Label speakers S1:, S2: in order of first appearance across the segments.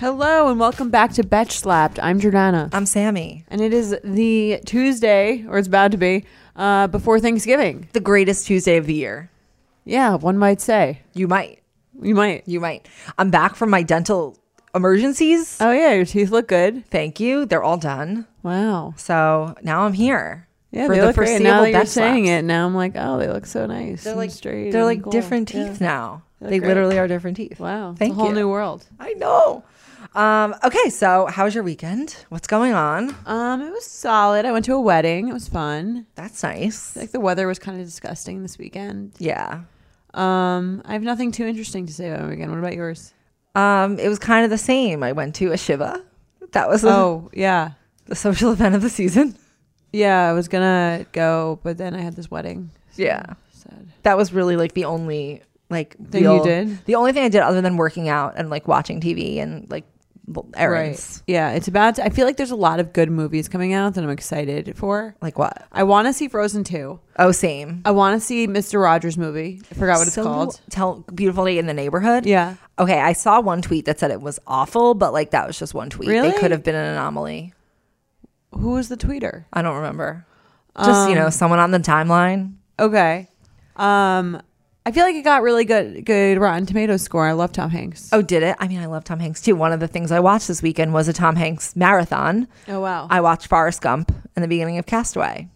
S1: Hello and welcome back to Betch Slapped. I'm Jordana.
S2: I'm Sammy.
S1: And it is the Tuesday, or it's about to be, uh, before Thanksgiving.
S2: The greatest Tuesday of the year.
S1: Yeah, one might say.
S2: You might.
S1: You might.
S2: You might. I'm back from my dental emergencies.
S1: Oh, yeah, your teeth look good.
S2: Thank you. They're all done.
S1: Wow.
S2: So now I'm here.
S1: Yeah, they look great. Now that you're
S2: Betch
S1: saying
S2: Labs.
S1: it, now I'm like, oh, they look so nice.
S2: They're
S1: and
S2: like
S1: straight.
S2: They're
S1: and
S2: like
S1: cool.
S2: different
S1: Yeah.
S2: teeth now.
S1: look
S2: They
S1: great.
S2: literally are different teeth.
S1: Wow.
S2: Thank
S1: it's a whole
S2: you.
S1: new world.
S2: I know. Um, okay, so how was your weekend? What's going on?
S1: Um, it was solid. I went to a wedding. It was fun.
S2: That's nice.
S1: Like the weather was kind of disgusting this weekend.
S2: Yeah.
S1: Um, I have nothing too interesting to say about my weekend. What about yours?
S2: Um, it was kind of the same. I went to a Shiva. That was the-
S1: Oh, yeah.
S2: the social event of the season.
S1: Yeah, I was gonna go, but then I had this wedding. so
S2: Yeah.
S1: sad.
S2: that was really like the only like
S1: Thing you
S2: real-
S1: did?
S2: The only thing I did other than working out and like watching TV and like l- errands.
S1: Yeah, it's about. To, I feel like there's a lot of good movies coming out that I'm excited for.
S2: Like what?
S1: I want to see Frozen two.
S2: Oh, same.
S1: I want to see Mr. Rogers movie. I forgot what it's
S2: So
S1: called.
S2: Tell beautiful day in the neighborhood.
S1: Yeah.
S2: Okay, I saw one tweet that said it was awful, but like that was just one tweet.
S1: Really?
S2: They could have been an anomaly.
S1: Who was the tweeter? Um,
S2: I don't remember. Just you know, someone on the timeline.
S1: Okay. Um, I feel like it got really good, good Rotten Tomatoes score. I love Tom Hanks.
S2: Oh, did it? I mean, I love Tom Hanks too. One of the things I watched this weekend was a Tom Hanks marathon.
S1: Oh wow. I,
S2: I watched Forrest Gump and the beginning of Castaway.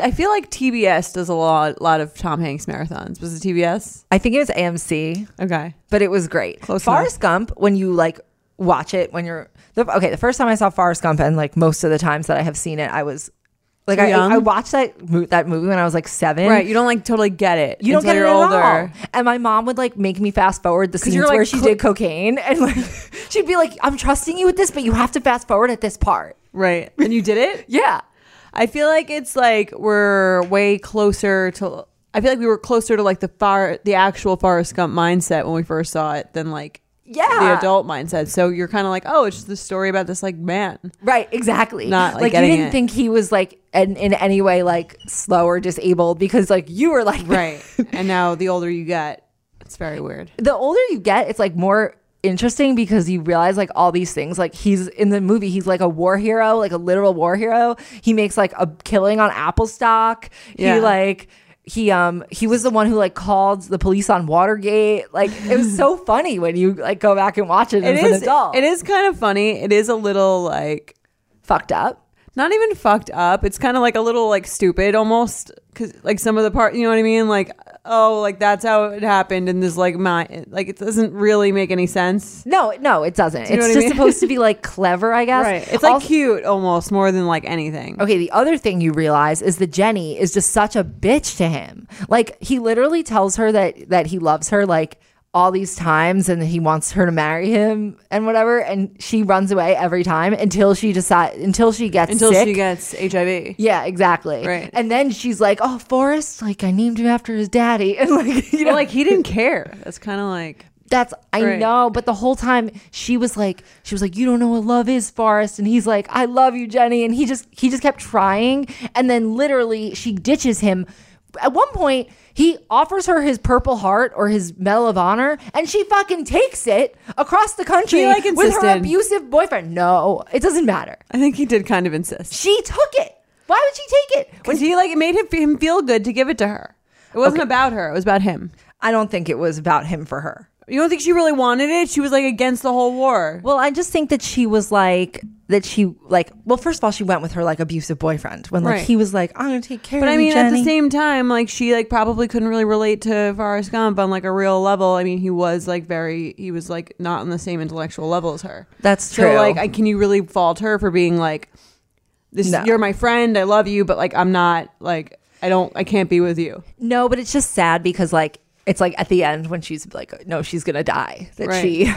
S1: I feel like TBS does a lot, lot of Tom Hanks marathons. Was it TBS?
S2: I think it was AMC.
S1: Okay.
S2: but it was great.
S1: Close
S2: Forrest Gump, when you like watch it, when you're the, okay, the first time I saw Forrest Gump, and like most of the times that I have seen it, I was like, I,
S1: Young?
S2: I watched that mo- that movie when I was like seven.
S1: Right. You don't like totally get it.
S2: You don't
S1: until
S2: get it
S1: you're
S2: at
S1: older.
S2: all. And my mom would like make me fast forward the scenes
S1: you're, like,
S2: where she
S1: cl-
S2: did cocaine, and like she'd be like, "I'm trusting you with this, but you have to fast forward at this part."
S1: Right. And you did it?
S2: Yeah.
S1: I feel like it's like we're way closer to I feel like we were closer to like the far the actual Forrest Gump mindset when we first saw it than like
S2: Yeah.
S1: the adult mindset. So you're kind of like, "Oh, it's just the story about this like man."
S2: Right, exactly.
S1: Not, like,
S2: you
S1: getting
S2: didn't
S1: it.
S2: think he was like in, in any way like slow or disabled because like you were like
S1: Right. and now the older you get, it's very weird.
S2: the older you get, it's like more interesting because you realize like all these things. Like he's in the movie, he's like a war hero, like a literal war hero. He makes like a killing on Apple stock.
S1: Yeah.
S2: He like he um he was the one who like called the police on Watergate. Like it was so funny when you like go back and watch it,
S1: It
S2: as
S1: is
S2: an adult.
S1: it is kind of funny. It is a little like
S2: fucked up.
S1: not even fucked up. It's kind of like a little like stupid almost cuz like some of the part, you know what I mean? Like oh, like that's how it happened and this like my like it doesn't really make any sense.
S2: No, no, it doesn't.
S1: you know
S2: It's
S1: what I
S2: just
S1: mean?
S2: supposed to be like clever, I guess.
S1: It's like
S2: Also- Oh,
S1: cute almost more than like anything.
S2: Okay, the other thing you realize is that Jenny is just such a bitch to him. Like he literally tells her that that he loves her like all these times and that he wants her to marry him and whatever and she runs away every time until she decide until she gets
S1: Until
S2: sick.
S1: she gets HIV.
S2: yeah, exactly.
S1: Right.
S2: And then she's like, "Oh, Forrest, like I named him after his daddy." And like, you know,
S1: Well, like he didn't care. That's kind of like
S2: that's I
S1: Right.
S2: know, but the whole time she was like, she was like, you don't know what love is, Forrest, and he's like, I love you, Jenny, and he just he just kept trying, and then literally she ditches him. At one point, he offers her his Purple Heart or his Medal of Honor, and she fucking takes it across the country
S1: He, like,
S2: with her
S1: insisted.
S2: abusive boyfriend. No, it doesn't matter.
S1: I think he did kind of insist.
S2: She took it. Why would she take it?
S1: Cuz he like it made him, him feel good to give it to her. It wasn't about her. It was about him.
S2: I don't think it was about him for her.
S1: You don't think she really wanted it? She was like against the whole war.
S2: Well, I just think that she was like that she like well, first of all, she went with her like abusive boyfriend when like
S1: Right.
S2: he was like, I'm gonna take care
S1: But
S2: of
S1: I
S2: you,
S1: mean, at the
S2: Jenny."
S1: same time, like she like probably couldn't really relate to Forrest Gump on like a real level. I mean, he was like very, he was like not on the same intellectual level as her.
S2: That's
S1: So
S2: true.
S1: like, I, can you really fault her for being like, this?
S2: No.
S1: You're my friend. I love you, but like, I'm not like, I don't, I can't be with you.
S2: no, but it's just sad because like it's like at the end when she's like, no, she's gonna die that
S1: Right.
S2: she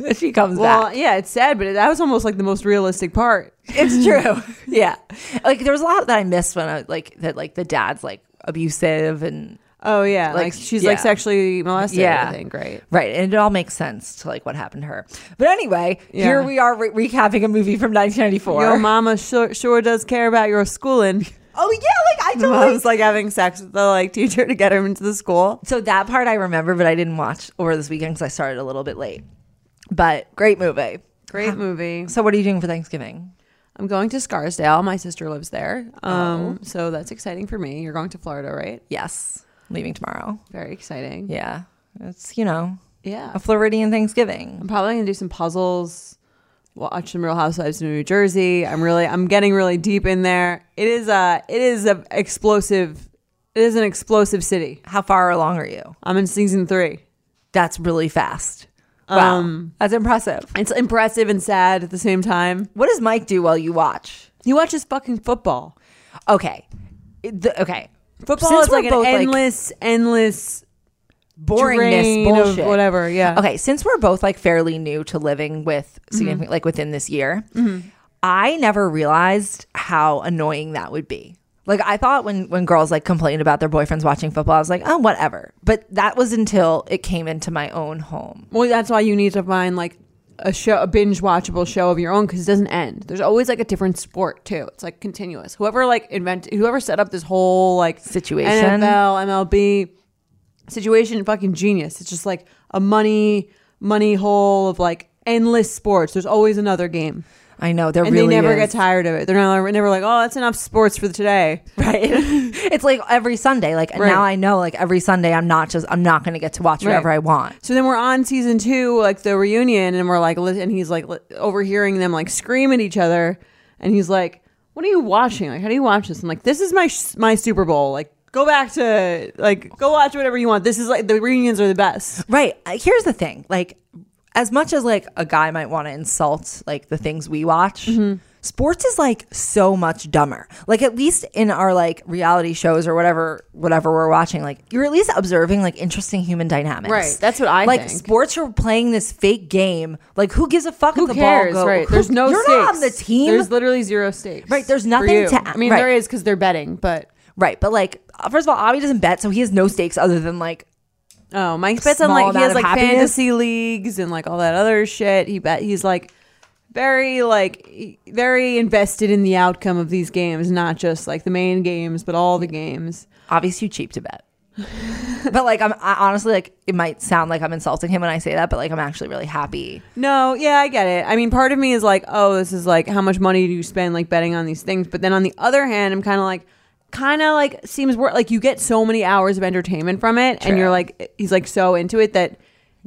S2: that she comes
S1: Well,
S2: back.
S1: yeah, it's sad, but that was almost like the most realistic part.
S2: It's true. yeah, like there was a lot that I missed when I like that like the dad's like abusive and
S1: Oh yeah, like,
S2: Like,
S1: she's
S2: yeah.
S1: like sexually molested. Yeah,
S2: Yeah.
S1: I think right.
S2: Right, and it all makes sense to like what happened to her. But anyway,
S1: Yeah.
S2: here we are re- recapping a movie from 1994.
S1: Your mama sure, sure does care about your schooling.
S2: oh yeah, like I
S1: The
S2: totally
S1: mom's like having sex with the like teacher to get him into the school.
S2: So that part I remember, but I didn't watch over this weekend because I started a little bit late. But great movie.
S1: Great movie.
S2: So what are you doing for Thanksgiving?
S1: I'm going to Scarsdale. My sister lives there.
S2: Oh.
S1: Um, So that's exciting for me. You're going to Florida, right?
S2: Yes, leaving tomorrow.
S1: Very exciting.
S2: Yeah, it's you know
S1: Yeah.
S2: a Floridian Thanksgiving.
S1: I'm probably going to do some puzzles, watch some Real Housewives of New Jersey. I'm really, I'm getting really deep in there. It is a, it is a explosive, it is an explosive city.
S2: How far along are you?
S1: I'm in season three.
S2: That's really fast. Um, Wow, that's impressive.
S1: It's impressive and sad at the same time.
S2: What does Mike do while you watch?
S1: He watches fucking football.
S2: Okay, It- the- okay.
S1: Football
S2: Since
S1: is
S2: we're
S1: like an
S2: both, like,
S1: endless, endless
S2: boringness
S1: drain
S2: bullshit
S1: of whatever. Yeah. Mm-hmm.
S2: okay since we're both like fairly new to living with significant like within this year i never realized how annoying that would be like i thought when when girls like complained about their boyfriends watching football i was like oh whatever but that was until it came into my own home
S1: Well, that's why you need to find like a show, a binge watchable show of your own because it doesn't end. There's always like a different sport too. It's like continuous. Whoever like invented, whoever set up this whole like
S2: Situation.
S1: NFL, MLB situation, fucking genius. It's just like a money money hole of like endless sports. There's always another game,
S2: i know they're
S1: and
S2: really
S1: they never
S2: is.
S1: get tired of it. They're not never like, oh, that's enough sports for today.
S2: right it's like every sunday like and
S1: Right.
S2: now i know like every sunday i'm not just i'm not gonna get to watch whatever
S1: Right.
S2: i want
S1: So then we're on season two, like the reunion, and we're like, li- and he's like li- overhearing them like scream at each other, and he's like, "What are you watching? Like, how do you watch this?" I'm like, "This is my sh- my Super Bowl. Like, go back to like go watch whatever you want. This is like the reunions are the best."
S2: Right. Uh, Here's the thing. Like, as much as like a guy might want to insult like the things we watch,
S1: Mm-hmm.
S2: sports is like so much dumber. Like at least in our like reality shows or whatever whatever we're watching, like you're at least observing like interesting human dynamics.
S1: Right. That's what I
S2: like.
S1: think.
S2: Sports are playing this fake game. Like who gives a fuck
S1: Who
S2: if the
S1: cares?
S2: ball go?
S1: right?
S2: who-
S1: There's no.
S2: You're
S1: stakes.
S2: not on the team.
S1: There's literally zero stakes.
S2: Right, there's
S1: for
S2: nothing
S1: you.
S2: to-
S1: I mean,
S2: right.
S1: there is because they're betting, but
S2: right. But like uh, first of all, Avi doesn't bet, so he has no stakes other than like
S1: Oh, Mike bets
S2: Small
S1: on like he
S2: amount
S1: has
S2: of
S1: like
S2: happiness.
S1: fantasy leagues and like all that other shit. He bet he's like very like he- very invested in the outcome of these games, not just like the main games, but all the games.
S2: obviously too cheap to bet. but like I'm I honestly like it might sound like I'm insulting him when I say that, but like I'm actually really happy.
S1: No, yeah, I get it. I mean, part of me is like, oh, this is like how much money do you spend like betting on these things? But then on the other hand, I'm kind of like kind of like seems worth like you get so many hours of entertainment from it
S2: True.
S1: and you're like he's like so into it that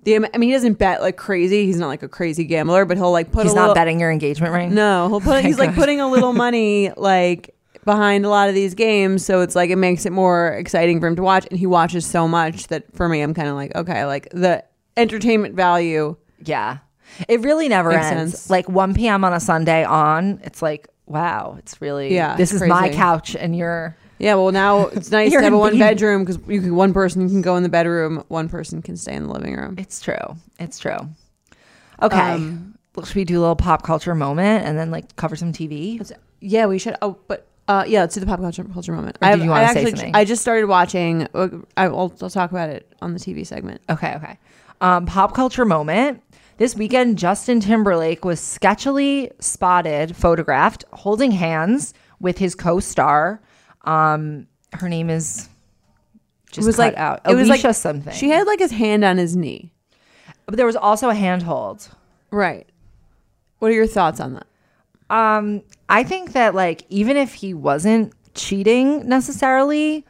S1: the am- I mean, he doesn't bet like crazy. He's not like a crazy gambler, but he'll like put
S2: He's
S1: a
S2: not
S1: little,
S2: betting your engagement ring.
S1: No, he'll put, he's like putting a little money like behind a lot of these games, so it's like it makes it more exciting for him to watch. And he watches so much that for me, I'm kind of like, okay, like the entertainment value.
S2: Yeah. It really never
S1: Makes
S2: ends.
S1: sense.
S2: Like 1 p.m. on a Sunday on, it's like, wow, it's really
S1: Yeah,
S2: this is
S1: it's
S2: my
S1: crazy.
S2: couch and you're
S1: Yeah, well, now it's nice
S2: You're
S1: to have a
S2: in
S1: one
S2: bed.
S1: bedroom because you can one person can go in the bedroom, one person can stay in the living room. Um,
S2: it's true. It's true. Okay. Well, should we do a little pop culture moment and then like cover some TV?
S1: That's- Yeah, we should. Oh, but uh, yeah, let's do the pop culture, culture moment. I
S2: did you wanna
S1: I
S2: say
S1: actually,
S2: something?
S1: I just started watching. uh, I, will I'll talk about it on the TV segment.
S2: Okay, okay. Um, pop culture moment. This weekend, Justin Timberlake was sketchily spotted, photographed, holding hands with his co-star. Um, her name is
S1: it
S2: just
S1: was
S2: cut
S1: like
S2: out.
S1: It was
S2: Alicia
S1: like
S2: something.
S1: She had like his hand on his knee.
S2: but there was also a handhold.
S1: Right. What are your thoughts on that?
S2: Um, I think that like even if he wasn't cheating necessarily,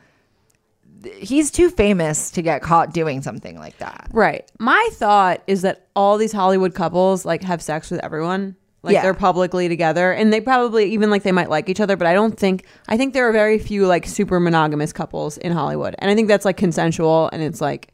S2: th- he's too famous to get caught doing something like that.
S1: Right. My thought is that all these Hollywood couples like have sex with everyone. Like
S2: Yeah.
S1: they're publicly together and they probably even like they might like each other, but I don't think I think there are very few like super monogamous couples in Hollywood. And I think that's like consensual and it's like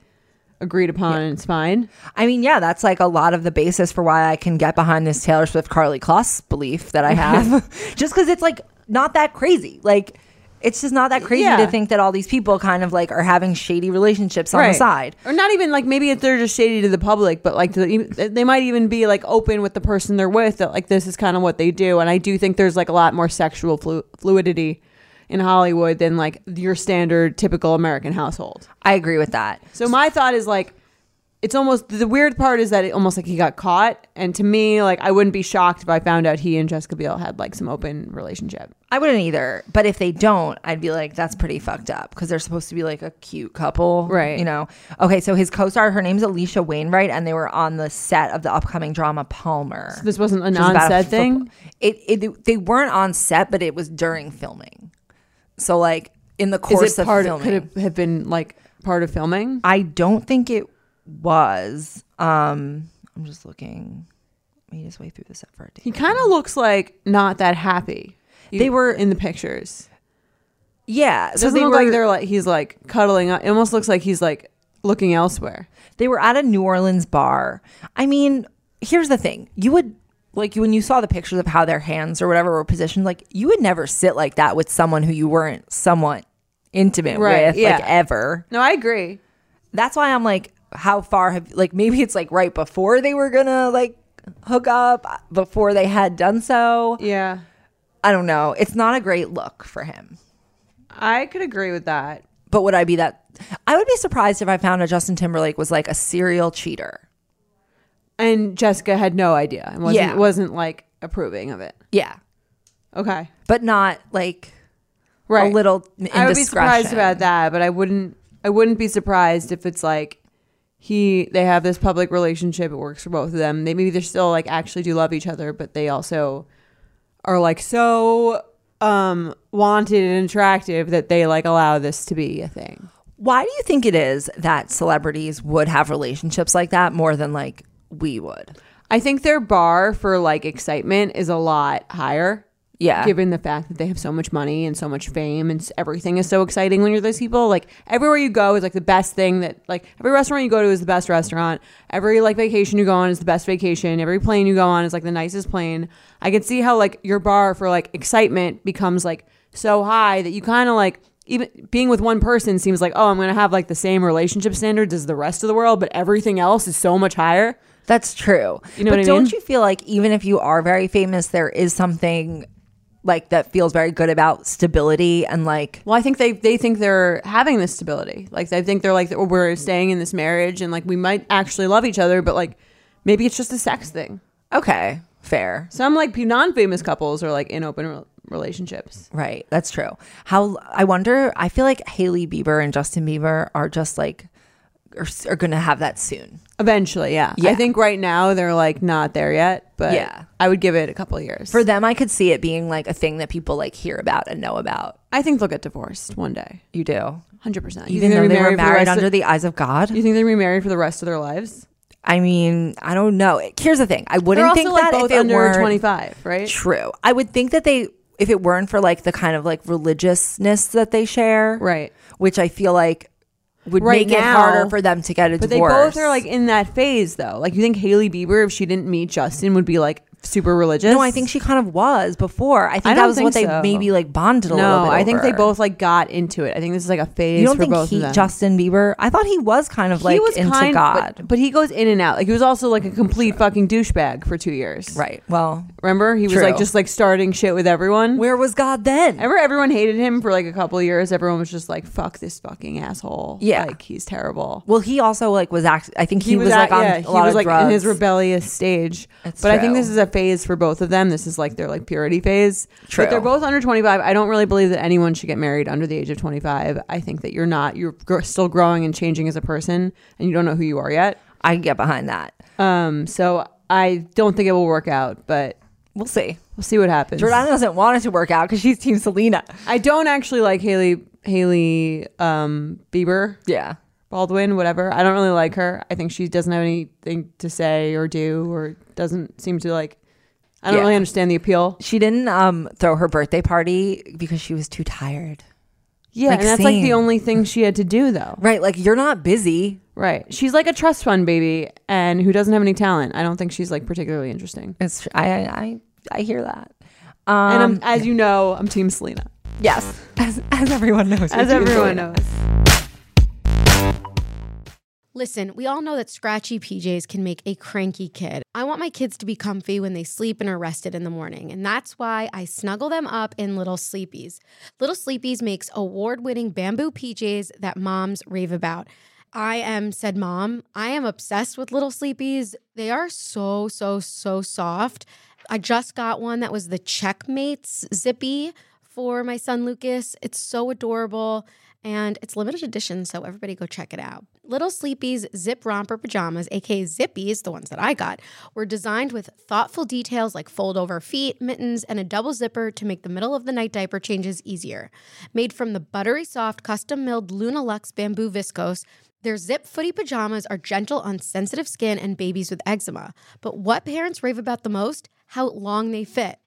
S1: agreed upon and it's fine.
S2: I mean, yeah, that's like a lot of the basis for why I can get behind this Taylor Swift Carly Kloss belief that I have. just because it's like not that crazy. Like it's just not that crazy
S1: Yeah.
S2: to think that all these people kind of like are having shady relationships on the side.
S1: Or not even like maybe if they're just shady to the public, but like to the, e, they might even be like open with the person they're with that like this is kind of what they do. And I do think there's like a lot more sexual flu- fluidity in Hollywood than like your standard typical American household.
S2: I agree with that.
S1: So my thought is like it's almost the weird part is that it almost like he got caught. And to me, like I wouldn't be shocked if I found out he and Jessica Biel had like some open relationship.
S2: I wouldn't either. But if they don't, I'd be like, that's pretty fucked up because they're supposed to be like a cute couple.
S1: Right.
S2: You know? Okay. So his co star, her name's Alicia Wainwright, and they were on the set of the upcoming drama Palmer.
S1: This wasn't a
S2: which is about a
S1: non-said
S2: football-
S1: thing.
S2: It, it They weren't on set, but it was during filming. So, like, in the course
S1: Is it
S2: of
S1: part?
S2: filming.
S1: Could it have been like part of filming?
S2: I don't think it was. Um, I'm just looking. Made his way through the set for a
S1: He
S2: day.
S1: kind of looks like not that happy.
S2: They were-
S1: in the pictures.
S2: Yeah.
S1: So
S2: So
S1: doesn't
S2: they
S1: look
S2: were,
S1: like they're like he's like cuddling up. It almost looks like he's like looking elsewhere.
S2: They were at a New Orleans bar. I mean, here's the thing. You would like when you saw the pictures of how their hands or whatever were positioned, like you would never sit like that with someone who you weren't somewhat intimate
S1: Right,
S2: with,
S1: yeah.
S2: like ever.
S1: No, I agree.
S2: That's why I'm like, how far have like maybe it's like right before they were gonna like hook up before they had done so.
S1: Yeah,
S2: I don't know. It's not a great look for him.
S1: I could agree with that.
S2: But would I be that I would be surprised if I found out Justin Timberlake was like a serial cheater.
S1: And Jessica had no idea and wasn't
S2: Yeah.
S1: wasn't like approving of it.
S2: Yeah.
S1: Okay,
S2: But not like
S1: right.
S2: a little
S1: I would be surprised about that, but I wouldn't. I wouldn't be surprised if it's like he they have this public relationship. It works for both of them. They maybe they're still like actually do love each other, but they also are like so um wanted and attractive that they like allow this to be a thing.
S2: Why do you think it is that celebrities would have relationships like that more than like we would?
S1: I think their bar for like excitement is a lot higher.
S2: Yeah.
S1: Given the fact that they have so much money and so much fame and s- everything is so exciting when you're those people, like everywhere you go is like the best thing that like every restaurant you go to is the best restaurant. Every like vacation you go on is the best vacation. Every plane you go on is like the nicest plane. I can see how like your bar for like excitement becomes like so high that you kind of like even being with one person seems like oh I'm gonna have like the same relationship standards as the rest of the world, but everything else is so much higher.
S2: That's true.
S1: You know
S2: but
S1: what I
S2: don't
S1: mean?
S2: you feel like even if you are very famous, there is something like that feels very good about stability and like
S1: Well, I think they they think they're having this stability. Like they think they're like "Oh, we're staying in this marriage and like we might actually love each other, but like maybe it's just a sex thing.
S2: okay, fair.
S1: Some like non famous couples are like in open re- relationships.
S2: Right. That's true. How I wonder, I feel like Haley Bieber and Justin Bieber are just like are, are going to have that soon.
S1: Eventually, yeah. I
S2: Yeah.
S1: think right now they're like not there yet, but
S2: Yeah.
S1: I would give it a couple of years.
S2: For them, I could see it being like a thing that people like hear about and know about.
S1: I think they'll get divorced one day,
S2: You do.
S1: hundred percent.
S2: Even though they were married under the eyes of God.
S1: you think they're remarried for the rest of their lives?
S2: I mean, I don't know. Here's the thing. I
S1: They're
S2: wouldn't
S1: also
S2: think
S1: like
S2: that
S1: both
S2: if it
S1: under
S2: weren't
S1: twenty five, right?
S2: true. I would think that they if it weren't for like the kind of like religiousness that they share,
S1: Right.
S2: which I feel like would
S1: Right
S2: make
S1: now-
S2: it harder for them to get a
S1: But
S2: divorce.
S1: they both are like in that phase though. Like you think Haley Bieber, if she didn't meet Justin, would be like super religious?
S2: No, I think she kind of was before. I think
S1: I
S2: that
S1: don't
S2: was
S1: think
S2: what they
S1: so.
S2: maybe like bonded a little
S1: no,
S2: bit.
S1: I think they
S2: over.
S1: both like got into it. I think this is like a phase
S2: You don't
S1: for
S2: think
S1: both
S2: he
S1: of them.
S2: Justin Bieber? I thought he was kind of like into
S1: kind-
S2: God.
S1: but, but he goes in and out. Like he was also like a complete fucking douchebag for two years.
S2: right. Well,
S1: Remember, he was
S2: True.
S1: like just like starting shit with everyone.
S2: where was God then?
S1: Remember, everyone hated him for like a couple of years. Everyone was just like, "Fuck this fucking asshole."
S2: Yeah.
S1: like he's terrible.
S2: well, he also like was act. I think he, was,
S1: at-
S2: like on
S1: yeah,
S2: a lot
S1: he was
S2: of
S1: like
S2: drugs.
S1: in his rebellious stage.
S2: That's
S1: but I think
S2: true.
S1: this is a phase for both of them. This is like their like purity phase.
S2: True.
S1: But they're both under 25. I don't really believe that anyone should get married under the age of 25. I think that you're not you're gr- still growing and changing as a person and you don't know who you are yet.
S2: I can get behind that.
S1: Um so I don't think it will work out, but
S2: We'll see.
S1: we'll see what happens.
S2: Jordana doesn't want it to work out because she's Team Selena.
S1: I don't actually like Haley Haley um Bieber.
S2: Yeah.
S1: Baldwin, whatever. I don't really like her. I think she doesn't have anything to say or do or doesn't seem to like I don't
S2: Yeah.
S1: really understand the appeal.
S2: She didn't um, throw her birthday party because she was too tired.
S1: Yeah,
S2: Like,
S1: and that's like the
S2: same.
S1: only thing she had to do though.
S2: Right. Like you're not busy.
S1: Right. She's like a trust fund baby and who doesn't have any talent. I don't think she's like particularly interesting.
S2: It's I I I hear that. Um,
S1: and I'm, as you know, I'm team Selena.
S2: Yes, as, as everyone knows.
S1: As everyone knows.
S3: Listen, we all know that scratchy PJs can make a cranky kid. I want my kids to be comfy when they sleep and are rested in the morning, and that's why I snuggle them up in Little Sleepies. Little Sleepies makes award winning bamboo PJs that moms rave about. I am, said mom, I am obsessed with little sleepies. They are so, so, so soft. I just got one that was the Checkmates Zippy for my son Lucas. It's so adorable and it's limited edition, so everybody go check it out. Little Sleepy's zip romper pajamas, aka Zippies, the ones that I got, were designed with thoughtful details like fold over feet, mittens, and a double zipper to make the middle of the night diaper changes easier. Made from the buttery soft, custom milled Luna Lux bamboo viscose. Their zip footy pajamas are gentle on sensitive skin and babies with eczema. But what parents rave about the most? How long they fit.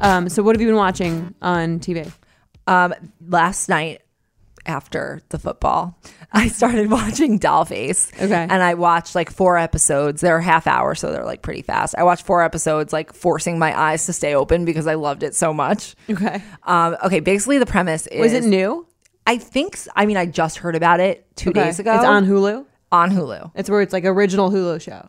S1: Um, so what have you been watching on TV?
S2: Um, last night after the football, I started watching Dollface.
S1: Okay.
S2: And I watched like four episodes. They're half hour, so they're like pretty fast. I watched four episodes, like forcing my eyes to stay open because I loved it so much.
S1: Okay.
S2: Um, okay, basically the premise is
S1: Was Oh, it new?
S2: I think s- I mean I just heard about it two
S1: Okay.
S2: days ago.
S1: It's on Hulu.
S2: on Hulu.
S1: It's where it's like original Hulu show.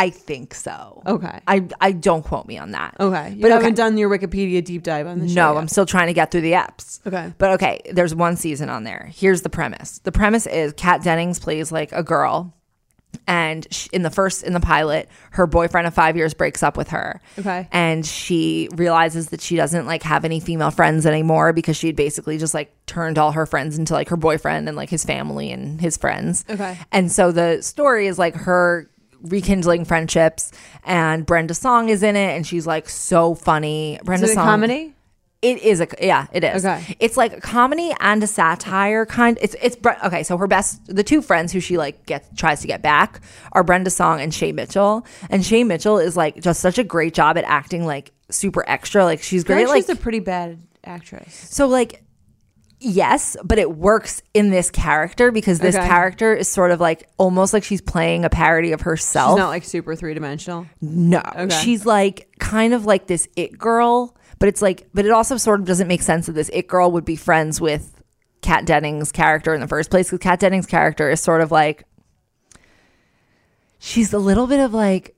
S2: I think so.
S1: Okay.
S2: I I don't quote me on that.
S1: Okay. You
S2: But
S1: haven't
S2: okay.
S1: done your Wikipedia deep dive on this show.
S2: No, I'm still trying to get through the apps.
S1: Okay.
S2: But okay, there's one season on there. Here's the premise. The premise is Kat Dennings plays like a girl and sh in the first in the pilot, her boyfriend of 5 years breaks up with her.
S1: Okay.
S2: And she realizes that she doesn't like have any female friends anymore because she had basically just like turned all her friends into like her boyfriend and like his family and his friends.
S1: Okay.
S2: And so the story is like her rekindling friendships and Brenda Song is in it and she's like so funny. Brenda
S1: Is it a
S2: Song
S1: comedy?
S2: it is a yeah, it is.
S1: Okay.
S2: It's like a comedy and a satire kind. It's it's Bre- okay. So her best, the two friends who she like gets tries to get back are Brenda Song and Shay Mitchell. And Shay Mitchell is like just such a great job at acting like super extra. Like she's
S1: I
S2: great.
S1: think
S2: Like
S1: she's a pretty bad actress.
S2: so like yes, but it works in this character because this
S1: Okay.
S2: character is sort of like almost like she's playing a parody of herself.
S1: She's not like super three dimensional.
S2: No.
S1: Okay.
S2: She's like kind of like this it girl, but it's like, but it also sort of doesn't make sense that this it girl would be friends with Kat Dennings' character in the first place because Kat Dennings' character is sort of like, she's a little bit of like,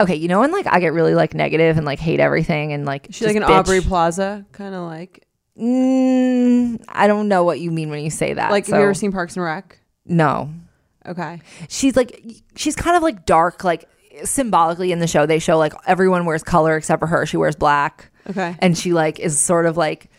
S2: okay, you know, when like I get really like negative and like hate everything and like,
S1: She's like an
S2: just bitch?
S1: Aubrey Plaza kind of like
S2: Mm, I don't know what you mean when you say that.
S1: like
S2: Uh, so-
S1: have you ever seen Parks and Rec?
S2: No.
S1: Okay.
S2: she's like she's kind of like dark like symbolically in the show they show like everyone wears color except for her she wears black
S1: Okay.
S2: and she like is sort of like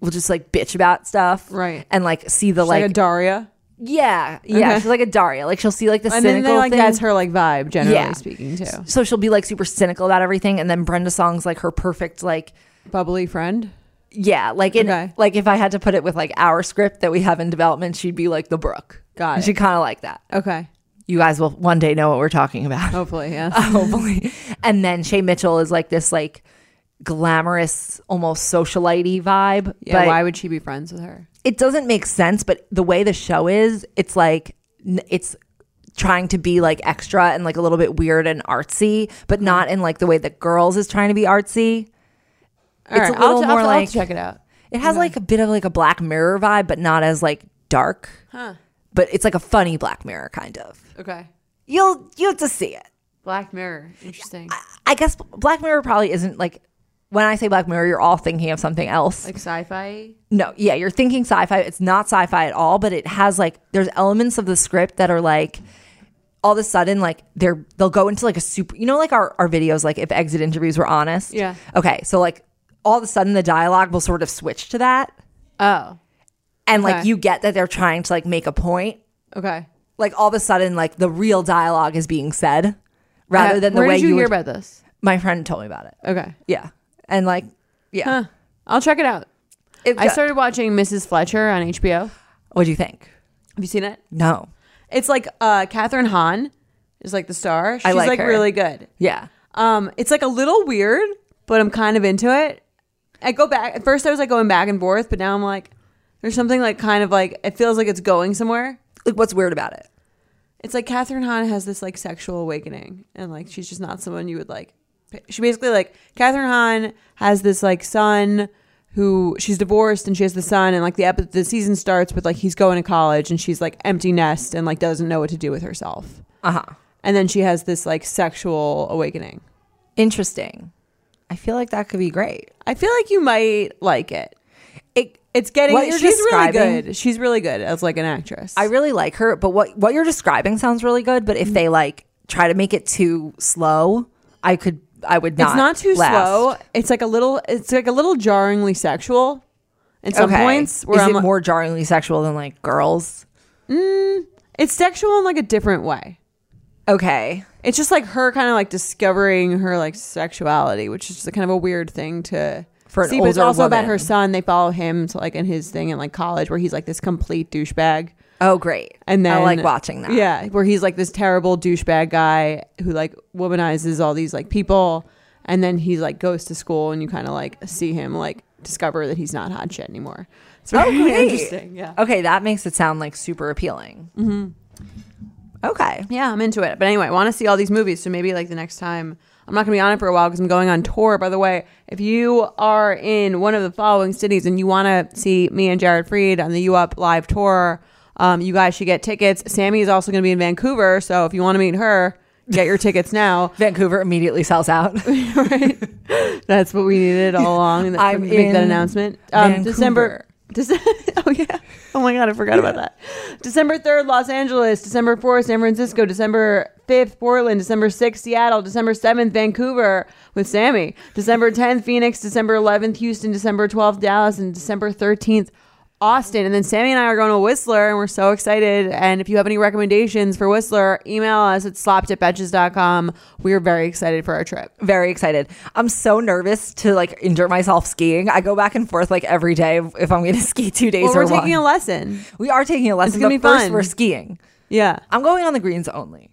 S2: will just like bitch about stuff
S1: Right.
S2: and like see the
S1: She's like,
S2: like,
S1: a Daria.
S2: yeah yeah
S1: Okay.
S2: she's like a daria like she'll see like the
S1: And then
S2: cynical
S1: they, like
S2: thing
S1: that's her like vibe generally
S2: Yeah.
S1: speaking too.
S2: so she'll be like super cynical about everything and then brenda song's like her perfect like
S1: Bubbly friend.
S2: yeah like in
S1: Okay.
S2: like if i had to put it with like our script that we have in development she'd be like the brooke
S1: Got it.
S2: she kind of like that
S1: Okay.
S2: you guys will one day know what we're talking about
S1: Hopefully, yes.
S2: hopefully. And then Shay Mitchell is like this like glamorous, almost socialite vibe.
S1: yeah,
S2: but
S1: why would she be friends with her?
S2: it doesn't make sense, but the way the show is, it's like n- it's trying to be like extra and like a little bit weird and artsy,
S1: Uh-huh.
S2: but not in like the way that girls is trying to be artsy.
S1: All
S2: It's a
S1: right, I'll
S2: little
S1: t- I'll
S2: more
S1: t- I'll
S2: like-
S1: check it out.
S2: It has like a bit of like a black mirror vibe, but not as like dark.
S1: Huh.
S2: But it's like a funny black mirror kind of.
S1: Okay.
S2: You'll you have to see it.
S1: Black Mirror. Interesting.
S2: I guess Black Mirror probably isn't like when I say Black Mirror, you're all thinking of something else.
S1: Like sci-fi.
S2: No, yeah, you're thinking sci-fi. It's not sci-fi at all, but it has like there's elements of the script that are like all of a sudden like they're they'll go into like a super you know like our, our videos like if exit interviews were honest.
S1: Yeah.
S2: Okay. So like all of a sudden the dialogue will sort of switch to that.
S1: Oh.
S2: And like
S1: Okay.
S2: you get that they're trying to like make a point.
S1: Okay.
S2: Like all of a sudden like the real dialogue is being said rather
S1: Uh,
S2: than the
S1: where
S2: way
S1: did you, hear
S2: would-
S1: about this?
S2: my friend told me about it.
S1: Okay.
S2: Yeah. And like yeah.
S1: Huh. I'll check it out.
S2: It-
S1: I started watching Mrs. Fletcher on HBO. Have
S2: what do you think?
S1: you seen it?
S2: No.
S1: It's like uh Catherine Hahn is like the star. She's
S2: like
S1: like
S2: her.
S1: really good.
S2: Yeah.
S1: Um, it's like a little weird, but I'm kind of into it. I go back at first I was like going back and forth, but now I'm like there's something like kind of like it feels like it's going somewhere.
S2: Like what's weird about it?
S1: it's like Catherine Hahn has this like sexual awakening, and like she's just not someone you would like. pi- She basically like Catherine Hahn has this like son who she's divorced and she has the son, and like the ep- the season starts with like he's going to college and she's like empty nest and like doesn't know what to do with herself,
S2: Uh huh.
S1: and then she has this like sexual awakening.
S2: Interesting. I feel like that could be great.
S1: I feel like you might like it.
S2: It,
S1: It's getting
S2: What you're
S1: she's really
S2: describing-
S1: good. She's really good as like an actress.
S2: I really like her, but what what you're describing sounds really good. But
S1: Mm.
S2: if they like try to make it too slow, I could I would not.
S1: it's not too
S2: last.
S1: slow. It's like a little. It's like a little jarringly sexual. In some
S2: Okay.
S1: points, where
S2: is
S1: I'm
S2: it
S1: like-
S2: more jarringly sexual than like girls?
S1: it's sexual in like a different way.
S2: Okay.
S1: It's just like her kind of like discovering her like sexuality, which is just kind of a weird thing to
S2: For an
S1: see. but it's
S2: older
S1: also about her
S2: woman.
S1: son. They follow him to like in his thing in like college, where he's like this complete douchebag.
S2: Oh, great.
S1: And then
S2: I like watching that.
S1: Yeah, where he's like this terrible douchebag guy who like womanizes all these like people, and then he like goes to school, and you kind of like see him like discover that he's not hot shit anymore. It's
S2: Oh,
S1: very
S2: great.
S1: interesting. Yeah,
S2: Okay, that makes it sound like super appealing. Mm-hmm.
S1: Mm-hmm.
S2: Okay.
S1: yeah, I'm into it. But anyway, I want to see all these movies, so maybe like the next time. I'm not going to be on it for a while because I'm going on tour. By the way, if you are in one of the following cities and you want to see me and Jared Freed on the U Up live tour, um, you guys should get tickets. Sammy is also going to be in Vancouver, so if you want to meet her, get your tickets now.
S2: Vancouver immediately sells out.
S1: That's what we needed all along. That,
S2: I'm
S1: make that
S2: in
S1: announcement. Um, December. Dece- oh yeah. Oh my god, I forgot about that. December third, Los Angeles. December fourth, San Francisco. December fifth, Portland. December sixth, Seattle. December seventh, Vancouver with Sammy. December tenth, Phoenix. December eleventh, Houston. December twelfth, Dallas, and December thirteenth. Austin. And then Sammy and I are going to Whistler and we're so excited. And if you have any recommendations for Whistler, email us at sloppeditbetches.com. We are very excited for our trip.
S2: Very excited. I'm so nervous to like injure myself skiing. I go back and forth like every day if I'm going to ski two days
S1: Well,
S2: or
S1: we're
S2: one.
S1: taking a lesson.
S2: we are taking a lesson,
S1: gonna be
S2: but first
S1: fun.
S2: we're skiing.
S1: Yeah.
S2: I'm going on the greens only.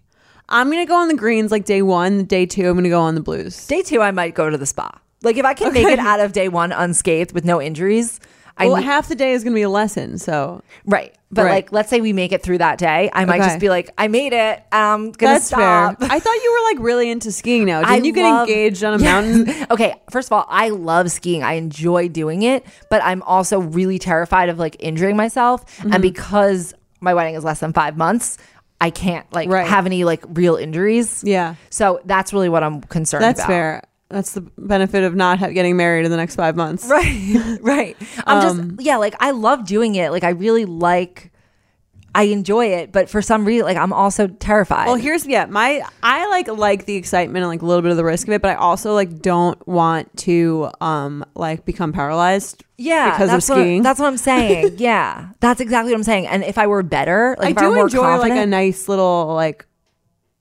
S1: I'm gonna go on the greens like day one, day two. I'm gonna go on the blues.
S2: Day two, I might go to the spa. Like if I can make it out of day one unscathed with no injuries, I
S1: well,
S2: need-
S1: half the day is gonna be a lesson, so
S2: right. But
S1: Right.
S2: like, let's say we make it through that day, I might
S1: Okay.
S2: just be like, I made it. I'm gonna
S1: that's
S2: stop.
S1: fair. I thought you were like really into skiing now.
S2: I
S1: Didn't you get
S2: love-
S1: engaged on a
S2: Yes.
S1: mountain?
S2: Okay, first of all, I love skiing. I enjoy doing it, but I'm also really terrified of like injuring myself.
S1: Mm-hmm.
S2: And because my wedding is less than five months, I can't like
S1: Right.
S2: have any like real injuries.
S1: Yeah,
S2: So that's really what I'm concerned
S1: that's
S2: about.
S1: fair. That's the benefit of not ha- getting married in the next five months.
S2: Right. right. I'm
S1: Um,
S2: just yeah, like I love doing it. Like I really like I enjoy it, but for some reason like I'm also terrified.
S1: Well, here's yeah, my I like like the excitement and like a little bit of the risk of it, but I also like don't want to um like become paralyzed.
S2: yeah,
S1: because of
S2: that's what-
S1: skiing.
S2: that's what I'm saying. yeah, that's exactly what I'm saying. And if I were better, like if
S1: I
S2: I
S1: do
S2: were more
S1: enjoy
S2: confident,
S1: like a nice little like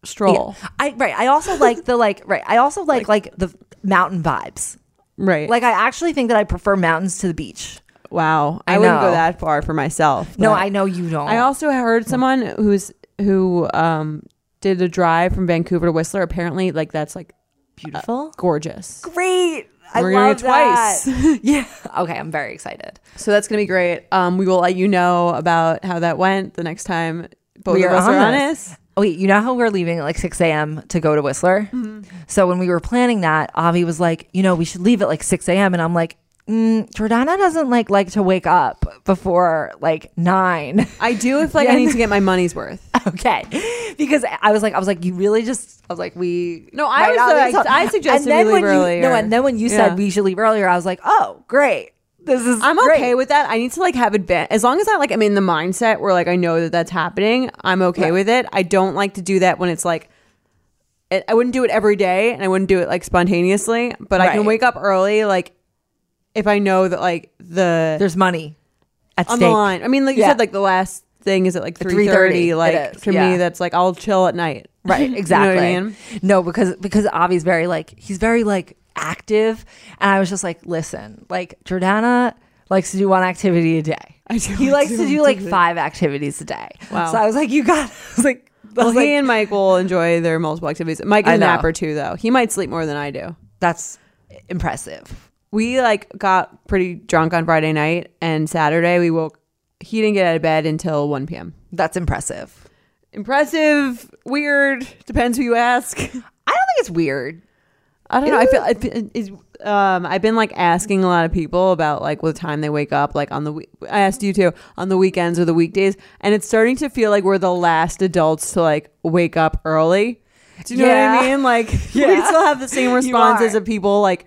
S1: stroll.
S2: Yeah. I right. I also like the like right. I also like like, the mountain vibes.
S1: Right.
S2: Like I actually think that I prefer mountains to the beach.
S1: wow. I,
S2: I
S1: wouldn't
S2: know.
S1: go that far for myself.
S2: No,
S1: but-
S2: I know you don't.
S1: I also heard someone who's who um did a drive from Vancouver to Whistler. Apparently, like that's like
S2: beautiful.
S1: gorgeous.
S2: Great. I
S1: We're gonna
S2: love
S1: go twice.
S2: that. yeah. Okay. I'm very excited.
S1: So that's gonna be great. Um, we will let you know about how that went the next time both
S2: We
S1: of
S2: are
S1: us are on
S2: on this.
S1: us.
S2: Oh, wait, you know how we're leaving at like 6 a.m. to go to Whistler?
S1: Mm-hmm.
S2: So when we were planning that, Avi was like, you know, we should leave at like 6 a.m. And I'm like, mm, Jordana doesn't like like to wake up before like nine.
S1: I do if like I need to get my money's worth.
S2: okay because i was like i was like you really just i was like we
S1: No, I
S2: might
S1: was
S2: not
S1: the-
S2: leave till-
S1: I suggested
S2: and then
S1: we leave
S2: when you, no
S1: earlier.
S2: and then when you
S1: Yeah.
S2: said we should leave earlier i was like oh great this is
S1: I'm
S2: great.
S1: okay with that. I need to like have advan as long as I like I'm in the mindset where like I know that that's happening. I'm okay with it. I don't like to do that when it's like it, I wouldn't do it every day and I wouldn't do it like spontaneously. But I can
S2: Right.
S1: wake up early like if I know that like the
S2: there's money at
S1: on
S2: stake
S1: the line. I mean, like you
S2: Yeah.
S1: said, like the last thing is at like three
S2: 3:30,
S1: thirty.
S2: it
S1: Like
S2: is,
S1: for
S2: yeah.
S1: me, that's like I'll chill at night.
S2: right
S1: I
S2: exactly
S1: mean?
S2: no because because avi's very like he's very like active and i was just like listen like jordana likes to do one activity a day
S1: I do
S2: he
S1: like
S2: likes
S1: to
S2: to
S1: do
S2: do like five activities a day
S1: Wow.
S2: so i was like you got i was like I
S1: Well,
S2: was
S1: he
S2: like,
S1: and Mike will enjoy their multiple activities. Mike is
S2: I
S1: a
S2: know.
S1: napper too, though. He might sleep more than I do.
S2: that's impressive
S1: we like got pretty drunk on Friday night and Saturday we woke he didn't get out of bed until 1 p.m.
S2: That's impressive.
S1: impressive, weird. Depends who you ask.
S2: I don't think it's weird.
S1: I don't know. I feel I feel- is um I've been like asking a lot of people about like what time they wake up like on the we- I asked you too on the weekends or the weekdays and it's starting to feel like we're the last adults to like wake up early. Do you know what I
S2: Yeah.
S1: mean? Like we
S2: Yeah.
S1: still have the same responses
S2: are.
S1: of people like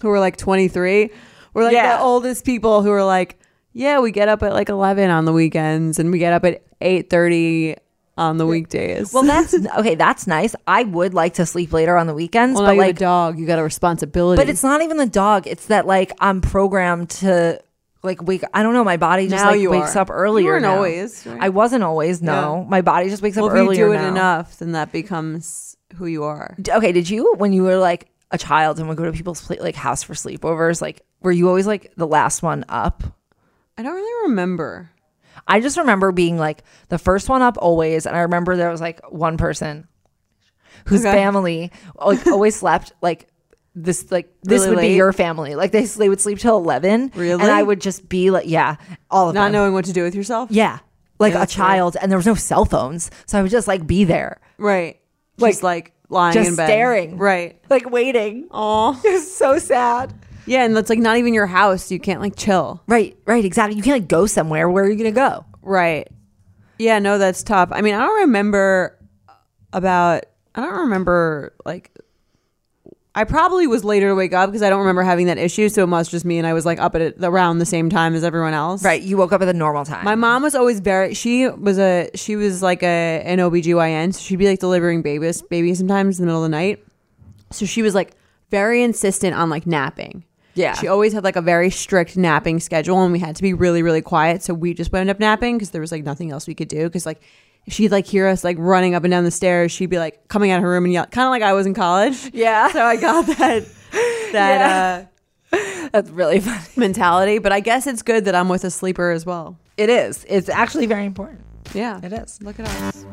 S1: who are like 23. We're like
S2: Yeah.
S1: the oldest people who are like yeah, we get up at like 11 on the weekends and we get up at 8:30 on the weekdays.
S2: Well, that's okay. That's nice. I would like to sleep later on the weekends,
S1: Well, now
S2: but
S1: you have
S2: like,
S1: a dog, you got a responsibility.
S2: but it's not even the dog. It's that like I'm programmed to like wake. I don't know. My body just
S1: Now
S2: like
S1: you
S2: wakes
S1: are.
S2: up earlier.
S1: You weren't
S2: now.
S1: always, right?
S2: I wasn't always. No, my body just wakes up
S1: Well,
S2: earlier
S1: if you do it
S2: now.
S1: enough, then that becomes who you are.
S2: D- Okay, did you when you were like a child and would go to people's pla- like house for sleepovers? Like, were you always like the last one up?
S1: I don't really remember.
S2: I just remember being like the first one up always, and I remember there was like one person whose
S1: Okay.
S2: family like always slept like this like this
S1: Really
S2: would
S1: late?
S2: be your family like they they would sleep till eleven
S1: Really?
S2: and I would just be like yeah all of
S1: Not
S2: them
S1: knowing what to do with yourself.
S2: yeah like a
S1: that's weird.
S2: child and there was no cell phones so I would just like be there
S1: Right.
S2: Like-
S1: just like lying
S2: just
S1: in bed.
S2: staring.
S1: Right.
S2: like waiting
S1: Aw.
S2: it was so sad
S1: Yeah, and that's like not even your house. You can't like chill.
S2: right right exactly you can't like go somewhere where are you gonna go
S1: Right. Yeah, no, that's tough. I mean, I don't remember about I don't remember like I probably was later to wake up because I don't remember having that issue, so it must just mean I was like up at it around the same time as everyone else.
S2: right you woke up at the normal time
S1: My mom was always very she was a she was like a an OBGYN, so she'd be like delivering babies babies sometimes in the middle of the night. So she was like very insistent on like napping.
S2: Yeah.
S1: She always had like a very strict napping schedule and we had to be really, really quiet. So we just wound up napping because there was like nothing else we could do. Cause like if she'd like hear us like running up and down the stairs, she'd be like coming out of her room and yell kinda like I was in college.
S2: Yeah.
S1: So I got that that uh
S2: that's really funny
S1: mentality. But I guess it's good that I'm with a sleeper as well.
S2: it is it's actually very important
S1: Yeah.
S2: it is
S1: Look at us.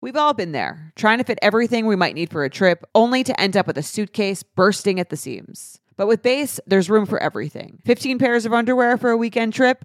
S1: We've all been there, trying to fit everything we might need for a trip, only to end up with a suitcase bursting at the seams. But with Base, there's room for everything. 15 pairs of underwear for a weekend trip?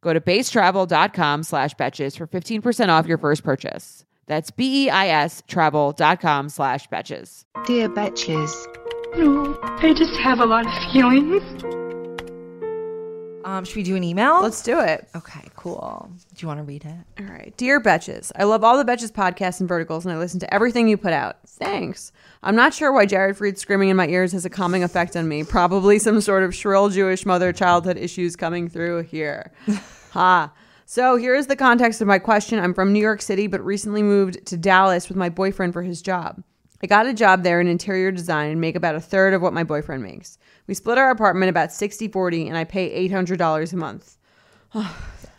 S1: Go to basetravel.com slash betches for 15% off your first purchase. That's E B-E-I-S travel.com slash betches.
S4: Dear Betches.
S5: No, I just have a lot of feelings.
S2: Um, should we do an email?
S1: Let's do it.
S2: Okay, cool. Do you want to read it?
S1: All right. Dear Betches, I love all the Betches podcasts and verticals, and I listen to everything you put out. Thanks. I'm not sure why Jared Fried screaming in my ears has a calming effect on me. Probably some sort of shrill Jewish mother childhood issues coming through here. ha. So here is the context of my question. I'm from New York City, but recently moved to Dallas with my boyfriend for his job. I got a job there in interior design and make about a third of what my boyfriend makes. We split our apartment about 60 40, and I pay $800 a month.
S2: I'm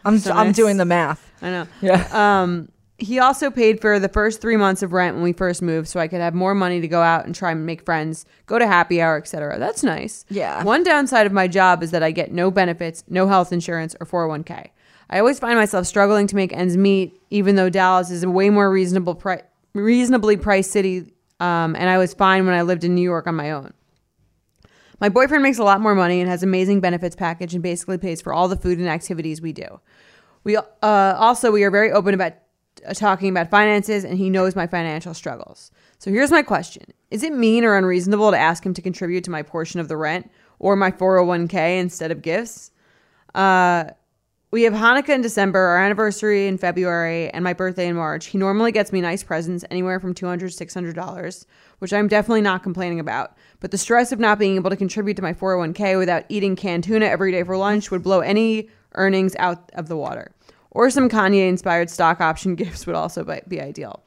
S2: I'm
S1: nice.
S2: doing the math.
S1: I know.
S2: Yeah.
S1: Um, he also paid for the first three months of rent when we first moved, so I could have more money to go out and try and make friends, go to happy hour, etc. That's nice.
S2: Yeah.
S1: One downside of my job is that I get no benefits, no health insurance, or 401k. I always find myself struggling to make ends meet, even though Dallas is a way more reasonable, pri- reasonably priced city, um, and I was fine when I lived in New York on my own. My boyfriend makes a lot more money and has amazing benefits package and basically pays for all the food and activities we do. We uh, also we are very open about uh, talking about finances and he knows my financial struggles. So here's my question. Is it mean or unreasonable to ask him to contribute to my oh portion of the rent or my 401k instead of gifts? Uh We have Hanukkah in December, our anniversary in February, and my birthday in March. He normally gets me nice presents, anywhere from $200 to $600, which I'm definitely not complaining about. But the stress of not being able to contribute to my 401k without eating canned tuna every day for lunch would blow any earnings out of the water. Or some Kanye inspired stock option gifts would also bi- be ideal.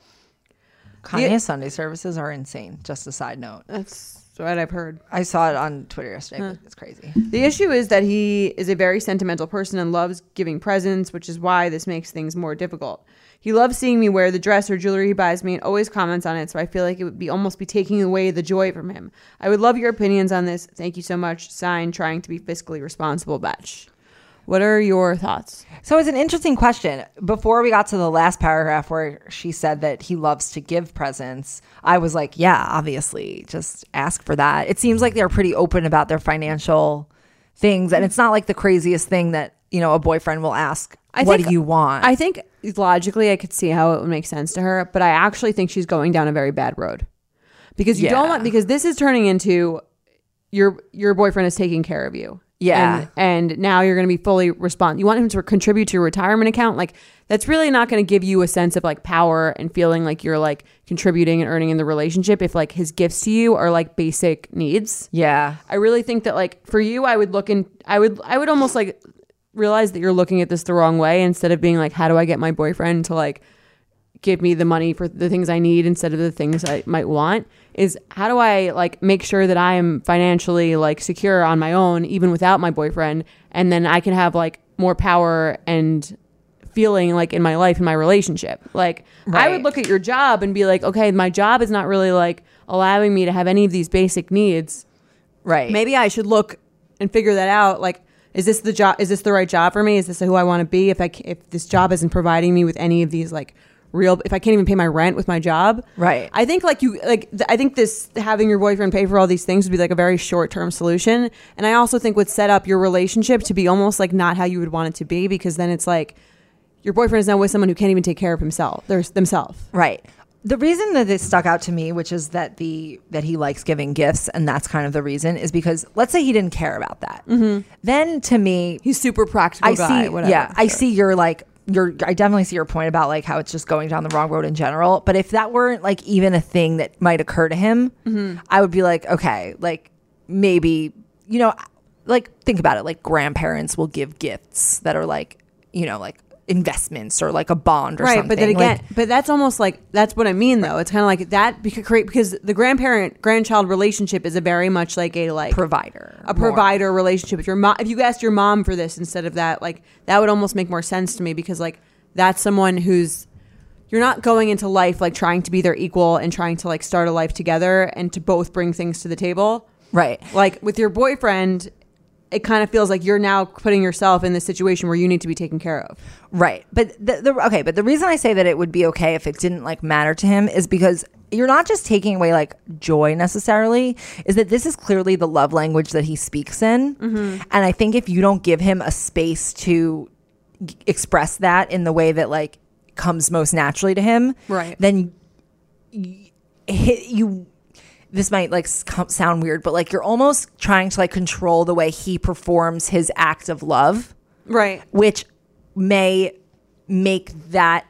S2: Kanye's Sunday services are insane. Just a side note.
S1: That's what I've heard.
S2: I saw it on Twitter yesterday. But it's crazy.
S1: The issue is that he is a very sentimental person and loves giving presents, which is why this makes things more difficult. He loves seeing me wear the dress or jewelry he buys me and always comments on it, so I feel like it would be almost be taking away the joy from him. I would love your opinions on this. Thank you so much. Sign trying to be fiscally responsible batch. What are your thoughts?
S2: So it's an interesting question. Before we got to the last paragraph where she said that he loves to give presents, I was like, yeah, obviously, just ask for that. It seems like they're pretty open about their financial things, and it's not like the craziest thing that you know a boyfriend will ask. what do you want?
S1: I think logically I could see how it would make sense to her, but I actually think she's going down a very bad road. Because you don't
S2: Yeah.
S1: want because this is turning into your your boyfriend is taking care of you.
S2: Yeah.
S1: And, and now you're going to be fully respond. You want him to contribute to your retirement account. Like that's really not going to give you a sense of like power and feeling like you're like contributing and earning in the relationship if like his gifts to you are like basic needs.
S2: yeah,
S1: I really think that like for you, I would look in. I would I would almost like realize that you're looking at this the wrong way instead of being like, how do I get my boyfriend to like give me the money for the things I need instead of the things I might want? Is how do I like make sure that I am financially like secure on my own, even without my boyfriend, and then I can have like more power and feeling like in my life in my relationship like i would
S2: Right.
S1: look at your job and be like okay my job is not really like allowing me to have any of these basic needs
S2: right.
S1: maybe I should look and figure that out. Like, is this the job? Is this the right job for me? Is this who I want to be? If I ca- if this job isn't providing me with any of these like real, if I can't even pay my rent with my job,
S2: Right.
S1: I think like you like th- I think this having your boyfriend pay for all these things would be like a very short term solution, and I also think would set up your relationship to be almost like not how you would want it to be because then it's like. Your boyfriend is now with someone who can't even take care of himself. There's themselves.
S2: Right. The reason that this stuck out to me, which is that the that he likes giving gifts, and that's kind of the reason, is because let's say he didn't care about that. Then to me,
S1: Mm-hmm. He's super practical
S2: I
S1: guy.
S2: see.
S1: whatever.
S2: yeah, I see your like your. I definitely see your point about like how it's just going down the wrong road in general. But if that weren't like even a thing that might occur to him,
S1: Mm-hmm.
S2: I would be like, okay, like maybe you know, like think about it. Like grandparents will give gifts that are like you know like investments or like a bond or
S1: right,
S2: something.
S1: but then
S2: Like,
S1: again, but that's almost like that's what I mean though. It's kind of like that because because the grandparent grandchild relationship is a very much like a like
S2: provider
S1: a
S2: more.
S1: provider relationship. If your mom, if you asked your mom for this instead of that, like that would almost make more sense to me because like that's someone who's you're not going into life like trying to be their equal and trying to like start a life together and to both bring things to the table.
S2: Right.
S1: Like with your boyfriend, it kind of feels like you're now putting yourself in this situation where you need to be taken care of.
S2: Right. But the, the okay, but the reason I say that it would be okay if it didn't like matter to him is because you're not just taking away like joy necessarily is that this is clearly the love language that he speaks in
S1: Mm-hmm.
S2: and i think if you don't give him a space to g- express that in the way that like comes most naturally to him
S1: Right.
S2: then hit you this might like s- com- sound weird but like you're almost trying to like control the way he performs his act of love
S1: Right.
S2: which may make that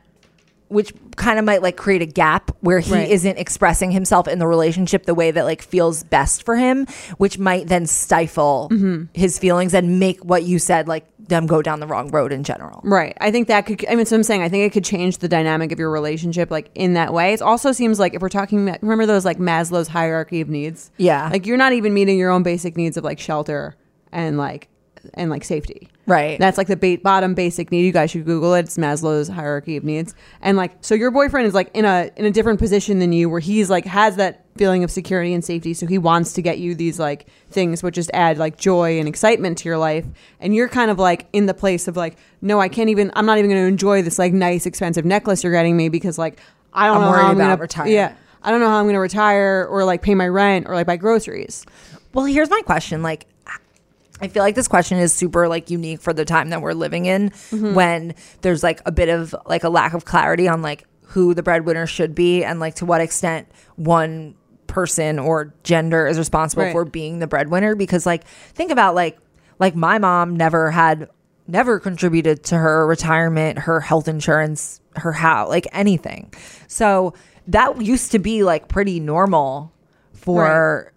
S2: which kind of might like create a gap where he
S1: Right.
S2: isn't expressing himself in the relationship the way that like feels best for him which might then stifle
S1: Mm-hmm.
S2: his feelings and make what you said like them go down the wrong road in general
S1: Right. I think that could, I mean, so I'm saying I think it could change the dynamic of your relationship, like in that way. It also seems like if we're talking, about- remember those like Maslow's hierarchy of needs?
S2: Yeah.
S1: Like you're not even meeting your own basic needs of like shelter and like, and like safety.
S2: Right.
S1: That's like the ba- bottom basic need. You guys should Google it. It's Maslow's hierarchy of needs. And like, so your boyfriend is like in a, in a different position than you where he's like, has that feeling of security and safety. So he wants to get you these like things, which just add like joy and excitement to your life. And you're kind of like in the place of like, no, I can't even, I'm not even going to enjoy this like nice, expensive necklace you're getting me because like, I don't
S2: I'm
S1: know
S2: worried
S1: how I'm
S2: about
S1: gonna,
S2: retirement.
S1: Yeah. I don't know how I'm going to retire or like pay my rent or like buy groceries.
S2: Well, here's my question. Like, I feel like this question is super like unique for the time that we're living in, when there's like a bit of like a lack of clarity on like who the breadwinner should be and like to what extent one person or gender is responsible
S1: Right.
S2: for being the breadwinner. Because like, think about like like my mom never had never contributed to her retirement, her health insurance, her how, like anything. So that used to be like pretty normal for,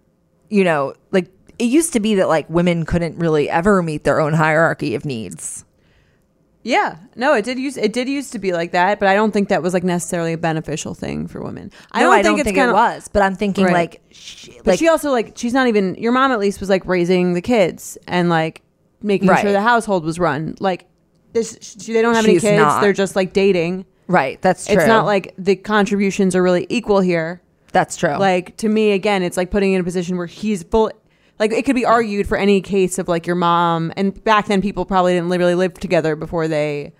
S2: you know, like it used to be that like women couldn't really ever meet their own hierarchy of needs.
S1: Yeah, no, it did use it did used to be like that, but I don't think that was like necessarily a beneficial thing for women. I
S2: No,
S1: don't think it's
S2: think
S1: kind
S2: it
S1: of
S2: was, but I'm thinking
S1: Right.
S2: like, she,
S1: But
S2: like
S1: she also like she's not even your mom at least was like raising the kids and like making
S2: Right.
S1: sure the household was run. Like this, she, they don't have
S2: She's
S1: any kids.
S2: not.
S1: They're just like dating.
S2: right, that's true.
S1: It's not like the contributions are really equal here.
S2: that's true.
S1: Like to me, again, it's like putting in a position where he's bull. Like it could be argued for any case of like your mom, and back then people probably didn't li- really live together before they